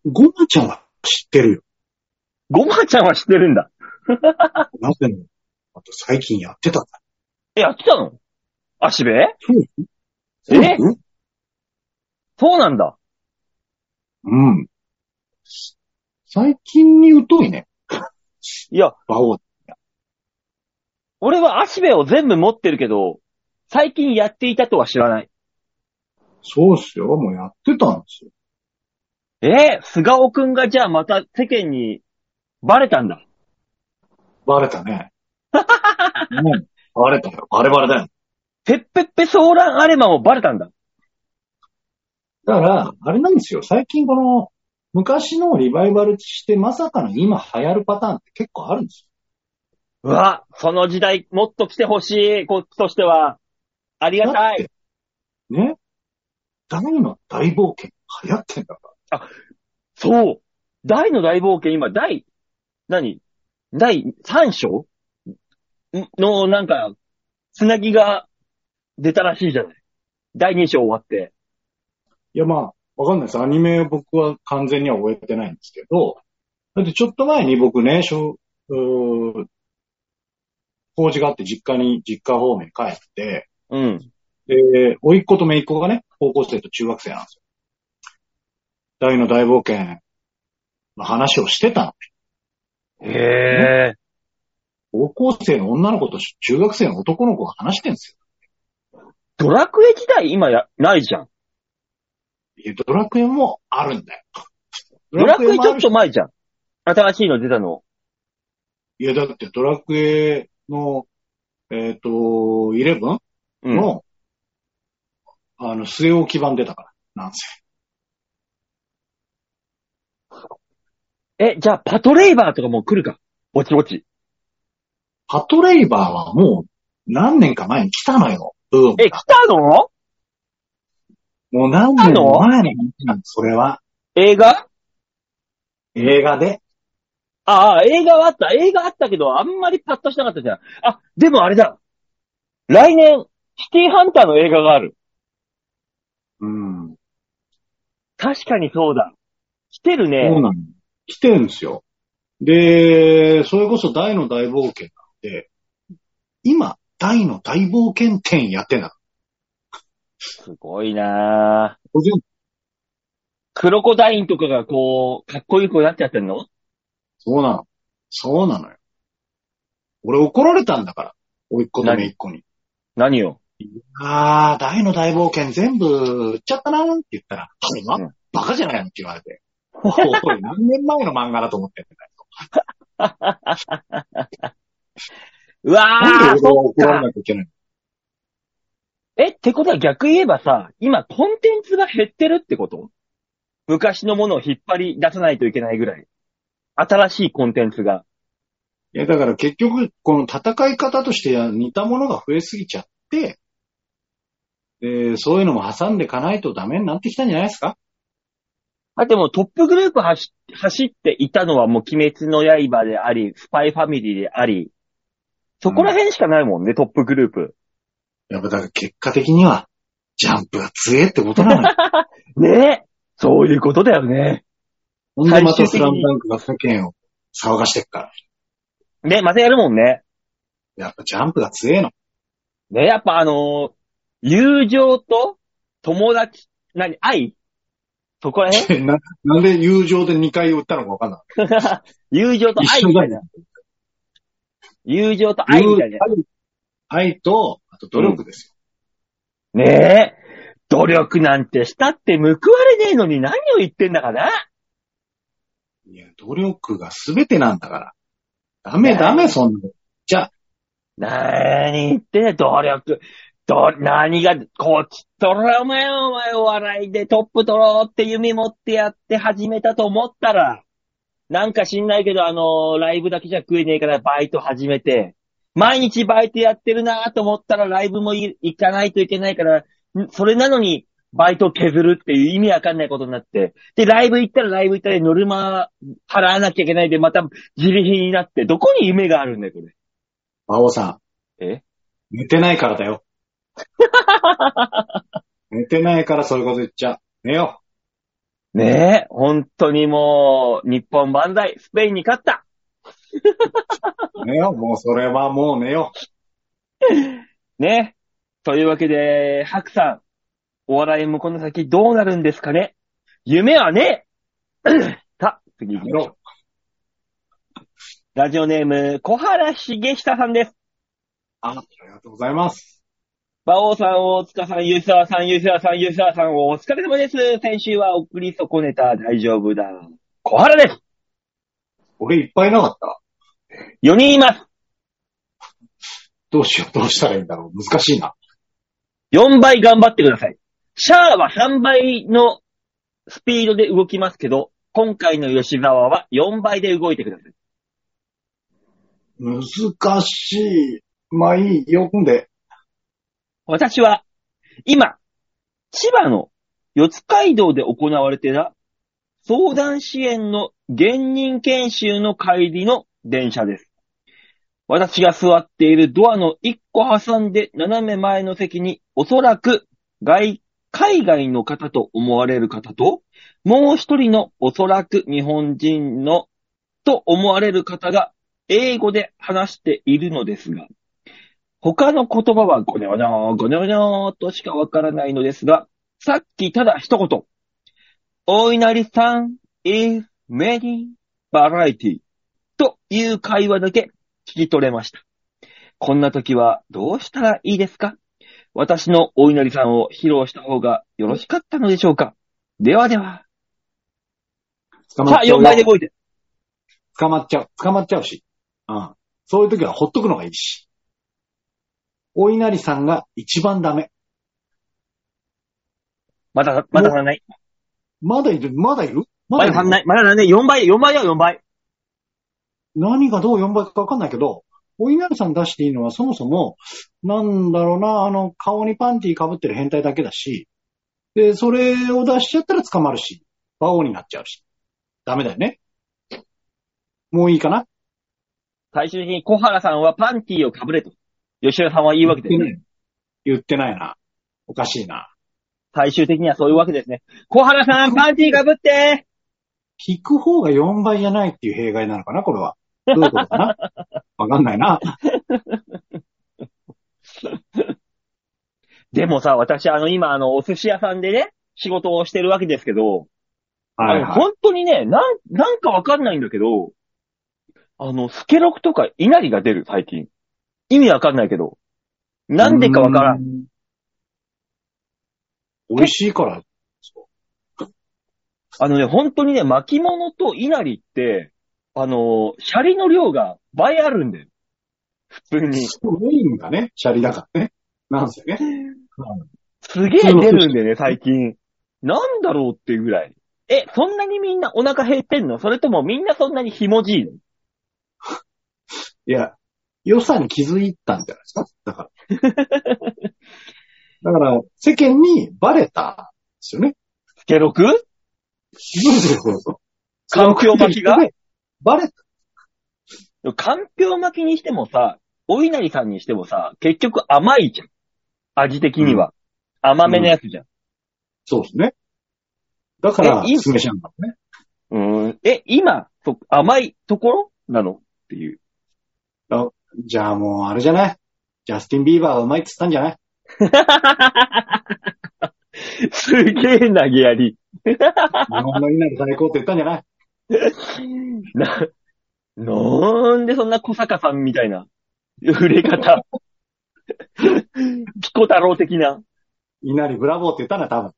ゴマちゃんは知ってるよ。
う。ゴマちゃんは知ってるんだ。
なぜも。あと最近やってたんだ。
え、やってたのアシベ
そう
えそうなんだ。
うん。最近に疎いね。
いや、
バオ。
俺はアシベを全部持ってるけど、最近やっていたとは知らない。
そうっすよ。もうやってたんですよ。
えー、菅尾くんがじゃあまた世間にバレたんだ。
バレた ね。うんバレたよ。バレバレだよ。
てっぺっぺソーランアレマもバレたんだ。
だから、あれなんですよ。最近この、昔のリバイバルしてまさかの今流行るパターンって結構あるんです
うわ、その時代もっと来てほしい、こっちとしては。あり
よ。
がたい。
だって。ね。大の大冒険流行ってんだから。
そう。大の大冒険、今、第、何第3章んの、なんか、つなぎが出たらしいじゃない。第2章終わって。
いや、まあ、わかんないです。アニメ僕は完全には終えてないんですけど、だってちょっと前に僕ね、しょうー法事があって実家に、実家方面に帰って、
うん。
で、甥っ子と姪っ子がね、高校生と中学生なんですよ。大の大冒険の話をしてたの。
へえ。
高校生の女の子と中学生の男の子が話してるんです
ドラクエ時代今や、ないじゃん。
よいや。ドラクエもあるんだよ。
ドラクエ
も
ち
あ
ょっ
るし
と前じゃん。新しいの出たの。
いや、だってドラクエの、えっ、と、11?
うん。
の、あの、末置き版出たから、なんせ。
え、じゃあ、パトレイバーとかもう来るか。ぼちぼち。
パトレイバーはもう、何年か前に来たのよ、ブーム
え、来
が。
たの
もう何年も前の話なの、それは。
映画
映画で。
ああ、映画はあった。映画あったけど、あんまりパッとしなかったじゃん。あ、でもあれだ。来年、シティハンターの映画がある。
うん。
確かにそうだ。来てる
そうな
ね。
の。来てるんですよ。で、それこそ大の大冒険なんで、今、大の大冒険展やってな
すごいなぁ。
い。
クロコダインとかがこう、かっこいい子になっちゃってんの
そうなの。そうなのよ。俺怒られたんだから。甥っ子と姪っ子に。
何 よ。
ああ、大の大冒険全部売っちゃったなーって言ったら、あれ
うん
はバカじゃないのって言われて。おいこれ何年前の漫画だと思ってんだよ。
うわ
なん
ぁ、
で俺は
そっ
怒ら
か。
れなきゃいけない
え、ってことは逆言えばさ、今コンテンツが減ってるってこと昔のものを引っ張り出さないといけないぐらい。新しいコンテンツが。
いや、だから結局、この戦い方として似たものが増えすぎちゃって、で、そういうのも挟んでいかないとダメになってきたんじゃないですか
だってもうトップグループ走走っていたのはもう鬼滅の刃であり、スパイファミリーであり、そこら辺しかないもんね、トップグループ。
やっぱだから結果的には、ジャンプが強えってことなのよ。
ねえ。そういうことだよね。
ほんでまたスラムダンクが世間を騒がしてっから。
ね、またやるもんね。
やっぱジャンプが強えの。
ね、やっぱあのー友情と友達、何、愛そこら 辺
ななんで友情で2回売ったのかわかんない。
友情と愛
一緒
みた
だ
いな
よ。
友情と愛みたいな。
愛と、あと努力です
ねえ。努力なんてしたって報われねえのに何を言ってんだかな。
よ。いや、努力が全てなんだから。ダメダメ、そんなの。じゃあ、
なーに言ってんだよ努力。ど、何が、こっちとらお前お前お笑いでトップ取ろうって弓持ってやって始めたと思ったら、なんか知んないけど、あのーライブだけじゃ食えねえからバイト始めて、毎日バイトやってるなーと思ったらライブもい行かないといけないから、んそれなのにバイト削るっていう意味わかんないことになって、で、ライブ行ったらライブ行ったらノルマ払わなきゃいけないで、また自利品になって、どこに夢があるんだよ、これ。
馬王さん。
え
寝てないから だよ。寝てないからそういうこと言っちゃ。寝よ
ねえ、本当にもう、日本万歳、スペインに勝った。
う。寝よう。もうそれはもう寝よ
ねというわけで、白さん、お笑いもこの先どうなるんですかね夢はね さあ、次
う。
行き
寝
ましょう。
ろ。
ラジオネーム、小原茂久さんです。
あ、ありがとうございます。
馬王さん、大塚さん、ゆうさわさん、ゆうさわさん、ゆうさわさん、お疲れ様です。先週は送り損ねた、大丈夫だ。小原です。
俺いっぱいなかった。
4人います。
どうしよう、どうしたらいいんだろう。難しいな。
4倍頑張ってください。シャアは3倍のスピードで動きますけど、今回の吉沢は4倍で動いてください。
難しい。まあいい、読んで。
私は、今、千葉の四街道で行われてた相談支援の現任研修の帰りの電車です。私が座っているドアの一個挟んで斜め前の席におそらく外、海外の方と思われる方と、もう一人のおそらく日本人のと思われる方が英語で話しているのですが、他の言葉はごにょごにょ、ごにょごにょとしかわからないのですが、さっきただ一言。お稲荷さん is many variety という会話だけ聞き取れました。こんな時はどうしたらいいですか私のお稲荷さんを披露した方がよろしかったのでしょうかではでは。
捕ま
さ
っ
あ、
ちゃ
4
うよ
倍で動いて。
捕まっちゃう。捕まっちゃうし。うん。そういう時はほっとくのがいいし。お稲荷さんが一番ダメ。
まだ、まだ足らない。
まだいるまだいる
ま
ま
だ
いる
足んない。まだ足んない。4倍、4倍だよ、4倍。
何がどう4倍かわかんないけど、お稲荷さん出していいのはそもそも、なんだろうな、あの、顔にパンティ被ってる変態だけだし、で、それを出しちゃったら捕まるし、馬王になっちゃうし。ダメだよね。もういいかな
最終的に小原さんはパンティーをかぶれと。吉田さんは言うわけですね。
言ってないな。おかしいな。
最終的にはそういうわけですね。小原さん、パンティーかぶって
聞く方が4倍じゃないっていう弊害なのかなこれは。どういうこ とかなわかんないな。
でもさ、私、あの、今、あの、お寿司屋さんでね、仕事をしてるわけですけど、
はい
あの
はい。
本当にね、なん、なんかわかんないんだけど、あの、スケロクとか稲荷が出る、最近。意味わかんないけど。なんでかわからん。
ん。美味しいから。
あのね、本当にね、巻物と稲荷って、あの、シャリの量が倍あるんだよ。普通に。
すごいんだね。シャリだからね。なんですよね。
すげえ出るんでね、最近。なんだろうっていうぐらい。え、そんなにみんなお腹減ってんのそれともみんなそんなにひもじいの
いや、良さに気づいたんじゃないですか だから。だから、世間にバレたんですよね。
スケロク
そうそうそうそう。
かんぴょう巻きが
バレた。
かんぴょう巻きにしてもさ、お稲荷さんにしてもさ、結局甘いじゃん。味的には。甘めのやつじゃん。
そうですね。だから、
えいいっすね
勧めちゃうんだもんね。
うーん。え、今、そ甘いところなのっていう。
じゃあもう、あれじゃないジャスティン・ビーバーがうまいって言ったんじゃない
すげえ投げやり。
日本の稲荷最高って言ったんじゃない
な、なんでそんな小坂さんみたいな、触れ方。ピコ太郎的な。
稲荷ブラボーって言ったんだ、多分。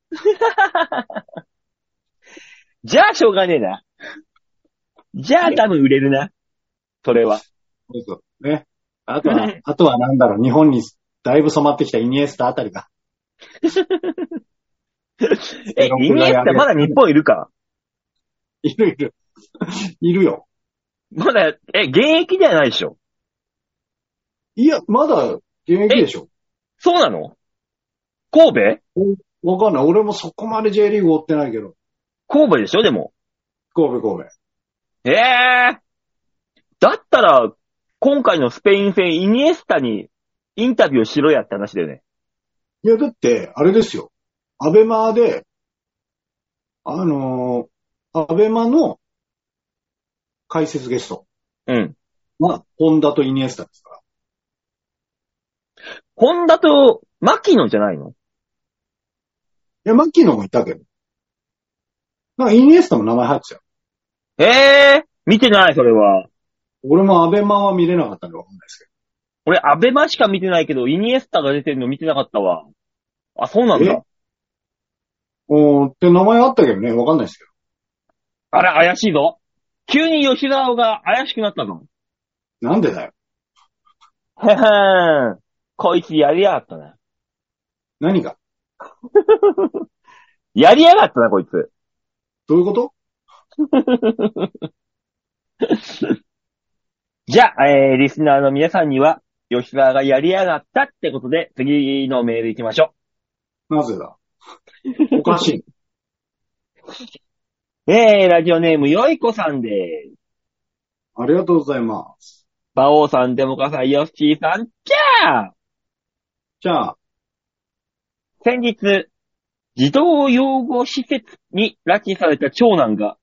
じゃあしょうがねえな。じゃあ多分売れるな。それは。
そうそう。ね。あとは、あとはなんだろう、日本にだいぶ染まってきたイニエスタあたりが。
え、イニエスタまだ日本いるか
いるいる。いるよ。
まだ、え、現役ではないでしょ
いや、まだ現役でしょ。
そうなの神戸
わかんない。俺もそこまで J リーグ追ってないけど。
神戸でしょでも。
神戸神戸。
ええだったら、今回のスペイン戦、イニエスタにインタビューしろやって話だよね。
いや、だって、あれですよ。アベマで、あのーアベマの解説ゲスト
うん。
は、ホンダとイニエスタですから。
ホンダと、牧野じゃないの
いや、マッキーのもいたけど。なんかイニエスタも名前入ってたよ。
ええ見てない、それは。
俺もアベマは見れなかったんでわかんないですけ
俺、アベマしか見てないけど、イニエスタが出てるの見てなかったわ。あ、そうなん
え
だ。
ど。おーって名前あったけどね、わかんないですけ
あら、怪しいぞ。急に吉沢が怪しくなったぞ。
ど。なんでだよ。
へへーん。こいつやりやがったな。
何が
やりやがったな、こいつ。
どういうこと
じゃあ、えー、リスナーの皆さんには、吉沢がやりやがったってことで、次のメール行きましょ
なぜだおかしい。
う。えー、ラジオネーム、よいこさんです。
ありがとうございます。
バオさん、デモカさん、ヨッシーさん、キャー
じゃあ、
先日、児童養護施設に拉致された長男が、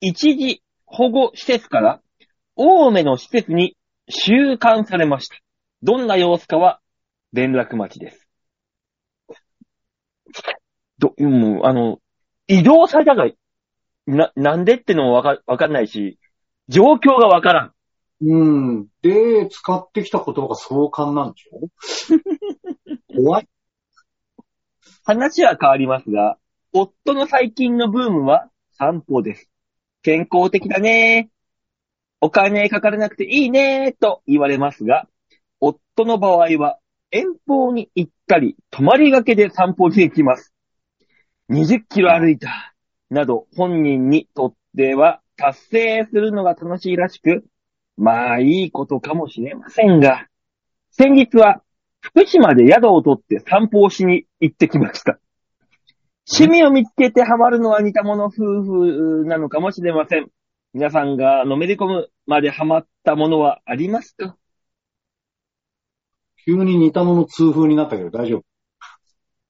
一時保護施設から、青梅の施設に収監されました。どんな様子かは、連絡待ちです。ど、もう、あの、移動されたが、な、なんでってのもわか、わかんないし、状況がわからん。
うん。で、使ってきた言葉が相関なんでしょ 怖い。
話は変わりますが、夫の最近のブームは散歩です。健康的だねお金かからなくていいねと言われますが、夫の場合は遠方に行ったり、泊まりがけで散歩に行きます。20キロ歩いた、など本人にとっては達成するのが楽しいらしく、まあいいことかもしれませんが、先日は福島で宿を取って散歩をしに行ってきました。趣味を見つけてハマるのは似た者夫婦なのかもしれません。皆さんがのめり込むまでハマったものはありますか
急に似たもの痛風になったけど大丈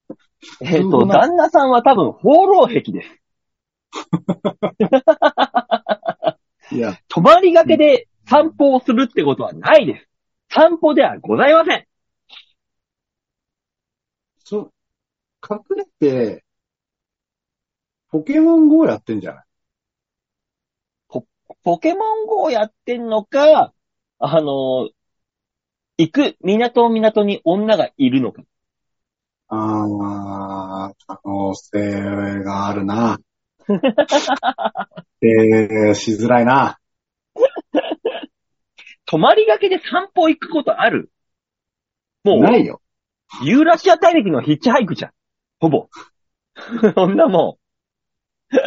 夫。
えっ、
夫婦
と、
な
旦那さんは多分、放浪癖です。
いや、
泊まりがけで散歩をするってことはないです。散歩ではございません。
そう、隠れて、ポケモン GO やってんじゃない
ポケモン GO をやってんのか、あの、行く港港に女がいるのか。
あー、可能性がある な。えー、しづらいな。
泊まりがけで散歩行くことあるもう、
ないよ。
ユーラシア大陸のヒッチハイクじゃん。ほぼ。 そんなも
あの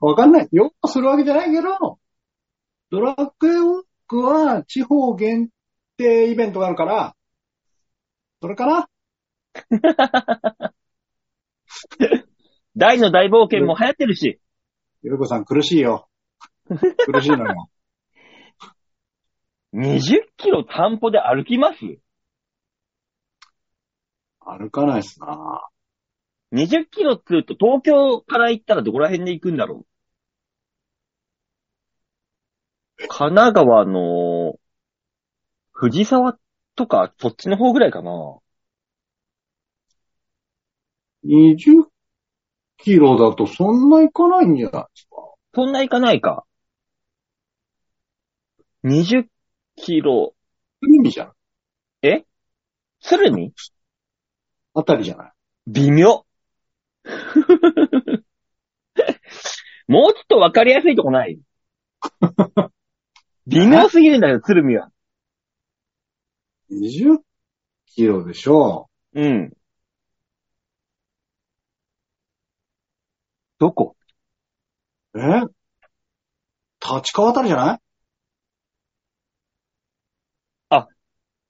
わかんない。よくするわけじゃないけど、ドラクエを僕は地方限定イベントがあるから、それかな
大の大冒険も流行ってるし、
ゆるこさん苦しい よ。苦しいのよ。
20キロ散歩で歩きます
歩かないっすな
?20 キロって言うと東京から行ったらどこら辺で行くんだろう神奈川の藤沢とかそっちの方ぐらいかな
20キロだとそんな行かないんじゃないですか
そんな行かないか。20キロ、
海じゃん。
鶴見
あたりじゃない。
微妙。 もうちょっとわかりやすいとこない微妙すぎるんだよ、鶴見は。
20キロでしょ
うん。どこ
え立川あたりじゃない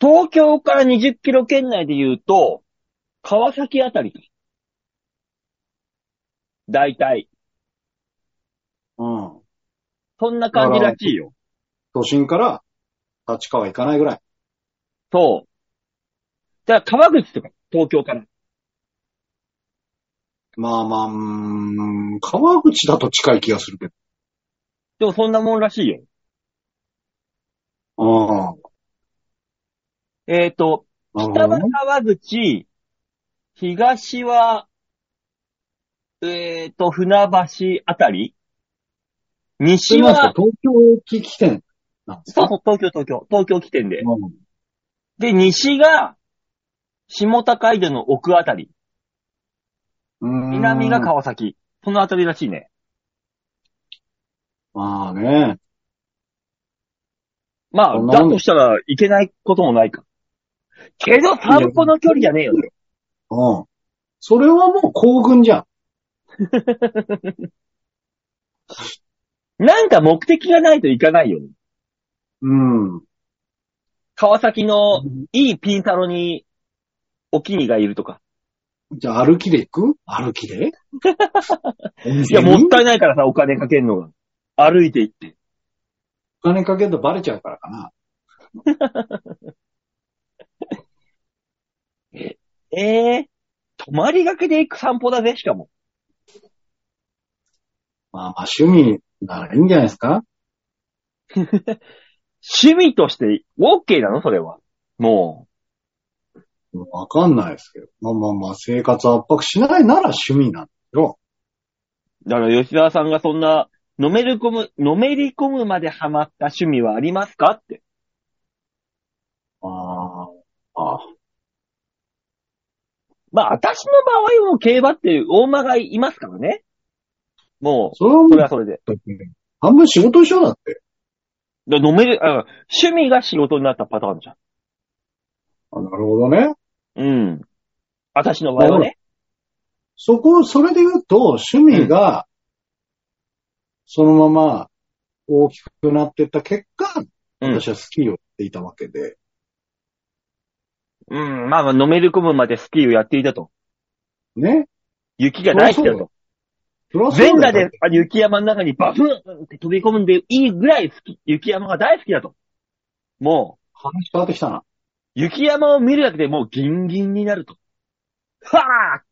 東京から20キロ圏内で言うと、川崎あたりか。大体。
うん。
そんな感じらしいよ。
都心から立川行かないぐらい。
そう。だから川口とか、東京から。
まあまあ、うーん、川口だと近い気がするけど。
でもそんなもんらしいよ。
あ
えっ、と、
あ。
北は
ね。
川口、東は、えっ、と、船橋あたり
す
西
いません
は、
東京駅起点なんです
そう
か
そう、東京、東京、東京起点で。
うん
で、西が、下高井戸の奥あたり。
うーん
南が川崎。そのあたりらしいね。
まあね。
ま
そ
あ、
んな
だ
もん
としたらいけないこともないか。けど散歩の距離じゃねえよ。
うん。それはもう行軍じゃん。
なんか目的がないといかないよね。
うん。
川崎のいいピンサロに、おきにがいるとか。
じゃあ歩きで行く歩きで
いや、もったいないからさ、お金かけるのが。歩いて行って。
お金かけるとバレちゃうからかな。
ええ泊まりがけで行く散歩だぜ、しかも。
まあまあ趣味ならいいんじゃないですか
趣味として OK なのそれは。も
わかんないですけど。まあまあまあ生活圧迫しないなら趣味なんだけど。
う。だから吉沢さんがそんな、のめり込む、のめり込むまでハマった趣味はありますかって。
ああ。ああ。
まあ、私の場合も競馬っていう大間がいますからね。も
それは
う、
も
そうれはそれで。
だって半分仕事一緒だって。
だからのめり、あ趣味が仕事になったパターンじゃん。
あなるほどね。
うん。私の場合はね。
そこ、それで言うと、趣味が、そのまま大きくなっていった結果、
うん
私はスキーをやっていたわけで、
うん。まあ、のめり込むまでスキーをやっていたと。
ね。
雪が大好きだと。
それはそう
全裸
だ
で
よ。
あの雪山の中にバフンって飛び込むんでいいぐらい好き、雪山が大好きだと。も
話変わってきたな。
う、雪山を見るだけでもうギンギンになると。はぁっ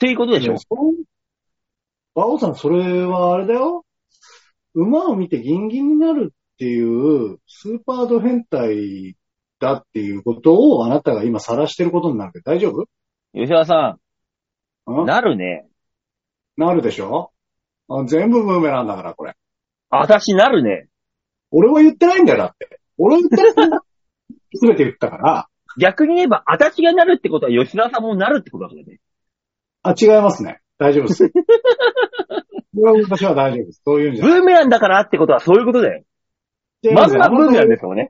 ていうことでしょ
いや。そうバオさん、それはあれだよ。馬を見てギンギンになるっていう、スーパード変態だっていうことをあなたが今晒してることになるけど、大丈夫
吉田さん、
ん
なるね。
なるでしょあ全部ムーメランだから、これ。
私なるね。
俺は言ってないんだよ、だって。俺は言ってないんだよ。すべて言ったから。
逆に言えば、私がなるってことは吉田さんもなるってことだからね。
あ、違いますね。大丈夫 です。これは私は大丈夫です。そういうんじゃ
ブ
な
ーメランだからってことはそういうことだよ。
い。。
まずはブーメランですすよね。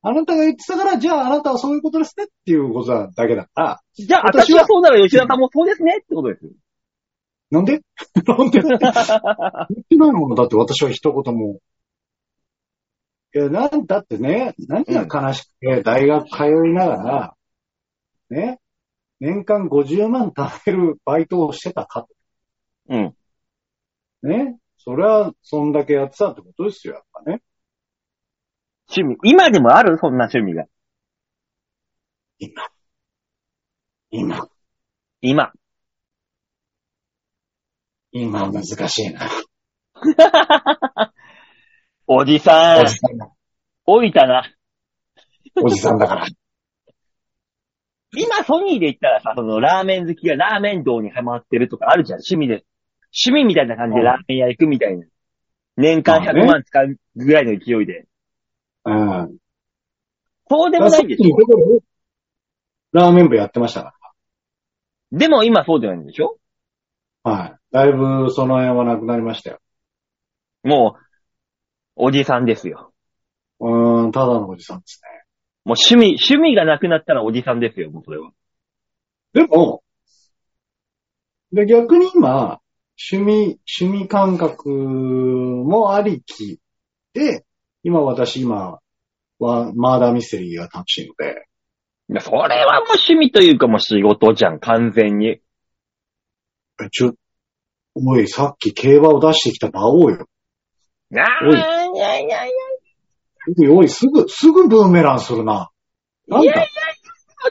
あなたが言ってたから、じゃああなたはそういうことですねっていうことだけだから。
じゃあ、私はそうなら吉田さんもそうですねってことですよ。
なんで なんで言ってないのだって私は一言も。いや、なんだってね、何が悲しくて、大学通いながら、ね、年間50万貯めるバイトをしてたか
うん。
と。ね。それは、そんだけやってたってことですよ、やっぱね。
趣味。今でもあるそんな趣味が。
今、
今。
今は難しいな。
おじさ
お
ん
じ、さんだ。
老いたな。
おじさんだから。
今ソニーで言ったらさ、そのラーメン好きがラーメン道にハマってるとかあるじゃん、趣味で。趣味みたいな感じで
うん
ラーメン屋行くみたいな。年間
まあね
100万使うぐらいの勢いで。
うん。
そうで
で
もないでしょ。
ラーメン部やってましたか
でも今そうじゃないんでしょ
ら。はい。だいぶ、その辺はなくなりましたよ。
もう、おじさんですよ。
うーん、ただのおじさんです
もう趣味、趣味がなくなったらおじさんですよ、もうそれは。
ね。でも、で、逆に今、趣味、趣味感覚もありきで、今私今はマーダーミステリーが楽しいので、
いやそれはもう趣味というかもう仕事じゃん、完全に。
えちょ、おい、さっき競馬を出してきた馬王よ。
な
おい
あ、いやいやいや、
おい、おい、すぐ、すぐブーメランするな。なん
いやいや
だ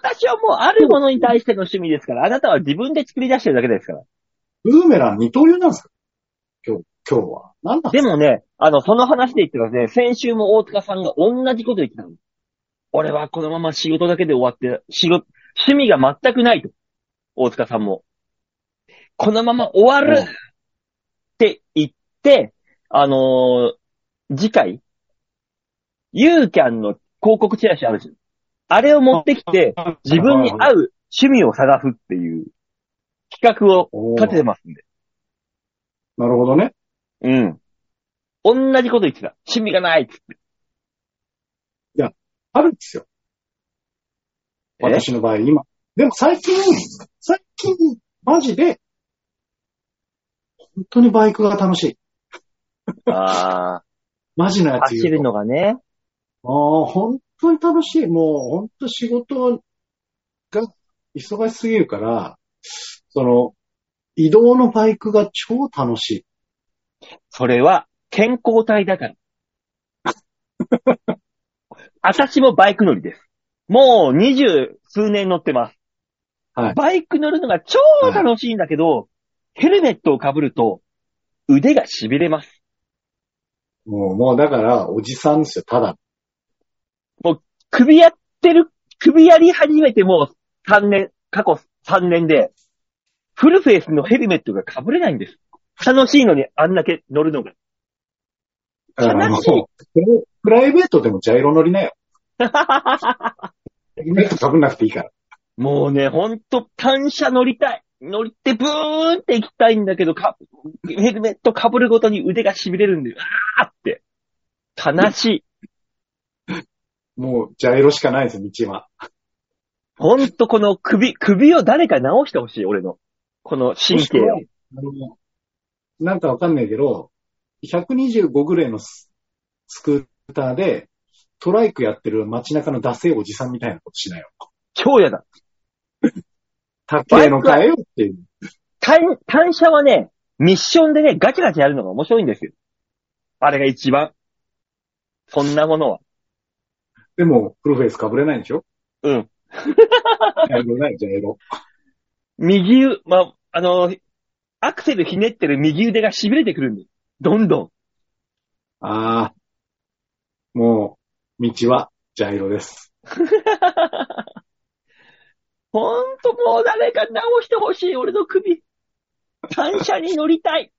私はもうあるものに対しての趣味ですから、あなたは自分で作り出してるだけですから。
ブーメラン二刀流なんですか今日、今日は。なん だ
でもね、あの、その話で言ってますね、先週も大塚さんが同じこと言ってたの。俺はこのまま仕事だけで終わって、仕事、趣味が全くないと。大塚さんも。このまま終わる
うん
って言って、あのー次回、ユーキャンの広告チラシあるじゃん。あれを持ってきて、自分に合う趣味を探すっていう企画を
おー
立ててますんで。
なるほどね。
うん。同じこと言ってた。趣味がないっつって。
あるんですよ。
え
私の場合、今。でも最近、最近、マジで、本当にバイクが楽しい。
ああ。
マジなやつ
走
言う
る
と。
のがね。
ああ、本当に楽しい。もう、本当仕事が忙しすぎるから、その、移動のバイクが超楽しい。
それは、健康体だから。 私もバイク乗りです。もう二十数年乗ってます。
はい
バイク乗るのが超楽しいんだけど、ヘルメットを被ると、腕が痺れます。
もう、もうだから、おじさんですよ、ただ。
首やってる、首やり始めてもう3年、過去3年で、フルフェイスのヘルメットが被れないんです。楽しいのにあんだけ乗るのが。
だからも、
悲しいう
プライベートでもジャイロ乗り なよ。ヘルメット被んなくていいから。
もうね、ほんと、単車乗りたい。乗ってブーンって行きたいんだけど、か、ヘルメット被るごとに腕が痺れるんで、あーって。悲しい。
もう、ジャイロしかないです、道は。
ほんとこの首、首を誰か直してほしい、俺の。この神経を。
あのなんかわかんないけど、125ぐらいのススクーターで、トライクやってる街中のダセーおじさんみたいなことしなよ。
超嫌だ。
竹の変えようっていう。
単、単車はね、ミッションでね、ガチガチやるのが面白いんですよ。あれが一番。そんなものは。
でも、フルフェイス被れないんでしょ
うん。
ジャイロない、ジャイロ。
右腕、まあ、あの、アクセルひねってる右腕が痺れてくるんです。どんどん。
ああ。もう、道は、ジャイロです。
ほんともう誰か直してほしい、俺の首。単車に乗りたい。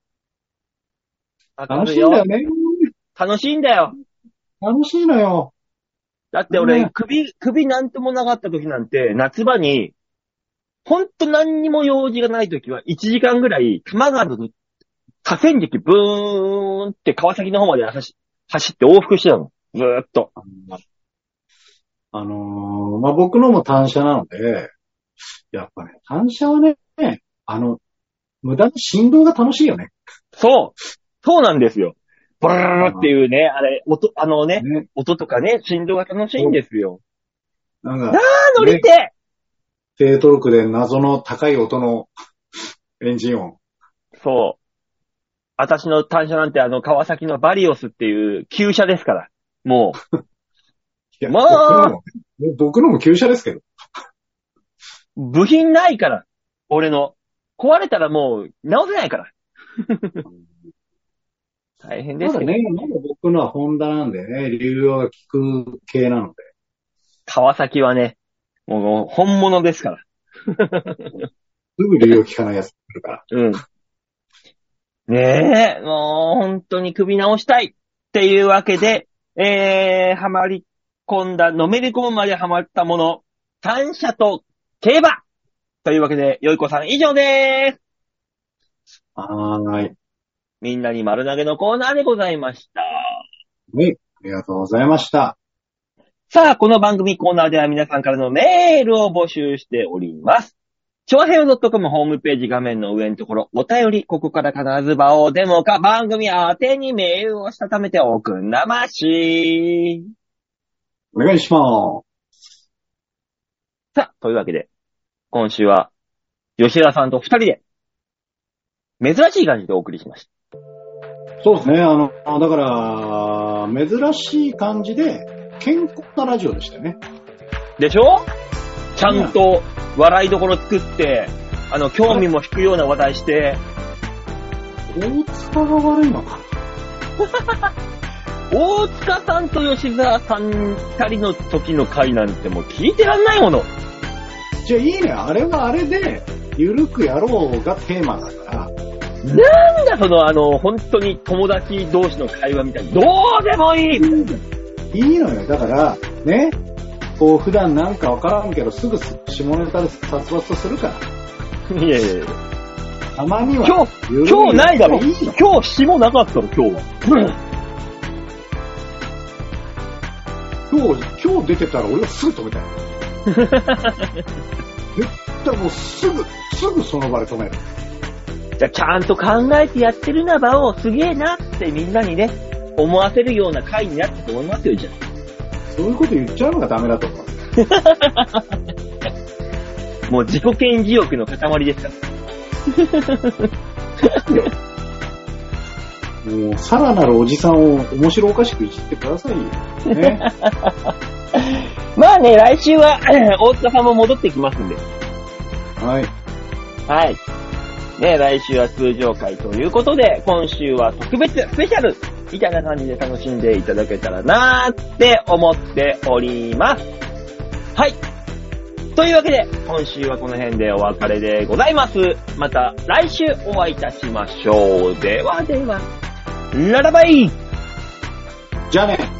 楽しいんだよね。
楽しいんだよ。
楽しいのよ。
だって
う
俺、
ん
首、首なんともなかった時なんて、夏場に、ほんと何にも用事がない時は、1時間ぐらい、多摩川の河川敷ブーンって川崎の方まで走走って往復してたの。ずーっと。
あのーまあ、僕のも単車なので、やっぱね、単車はね、あの、無駄な振動が楽しいよね。
そう。そうなんですよ。ブルルルっていうね、あれ、音、あのね、
ね。
音とかね、振動が楽しいんですよ。
なん
なあ
か、、
乗りて
低トルクで謎の高い音の エンジン音。
えそう。私の単車なんてあの、川崎のバリオスっていう旧車ですから。も
いや
まあ
僕のも、僕のも旧車ですけど。
う、部品ないから。俺の。壊れたらもう、直せないから。 大変で
ますだ
けど。
ね、まだ僕のはホンダなんでね、流用が効く系なので。
川崎はね、もう本物ですから。
すぐ流用効かないやつ来るから。
うん。ねえ、もう本当に首直したいっていうわけで、えー、はまり込んだ、のめり込むまではまったもの、単車と競馬というわけで、よいこさん以上でーす
はーい。
みんなに丸投げのコーナーでございました。
はい。ありがとうございました。
さあ、この番組コーナーでは皆さんからのメールを募集しております。超平洋 .com ホームページ画面の上のところ、お便り、ここから必ず場をデモか番組宛てにメールをしたためておくんなまし。
お願いします。
さあ、というわけで、今週は、吉田さんと二人で、珍しい感じでお送りしました。
そうですね。あの、だから、珍しい感じで、健康なラジオでしたよね。
でしょちゃんと笑いどころ作って、あの、興味も引くような話題して、
大塚が悪いのか。
大塚さんと吉沢さん二人の時の回なんてもう聞いてらんないもの。
じゃあいいね。あれはあれで、ゆるくやろうがテーマだから。
なんだそのあの、本当に友達同士の会話みたいに、どうでもいい
いいのよ。だから、ね。こう、普段なんかわからんけど、すぐ下ネタで殺伐とするから。
いやいやいや
たまには、
今日、
ゆるい
今日ないだろ
いいの
今日もなかったろ、今日は。
今日、今日出てたら俺はすぐ止めたい。絶対もうすぐ、すぐその場で止める。
じゃあちゃんと考えてやってるな、場をすげえなってみんなにね、思わせるような回になったと思いますよ、じゃあ。
そういうこと言っちゃうのがダメだと思う。
もう自己顕示欲の塊ですから。
もう、さらなるおじさんを面白おかしくいじってくださいよ。ね。
まあね、来週は 大塚さんも戻ってきますんで。
はい。
はい。ね、来週は通常回ということで、今週は特別スペシャルみたいな感じで楽しんでいただけたらなーって思っております。はい。というわけで、今週はこの辺でお別れでございます。また来週お会いいたしましょう。ではでは、ララバイ
じゃあね。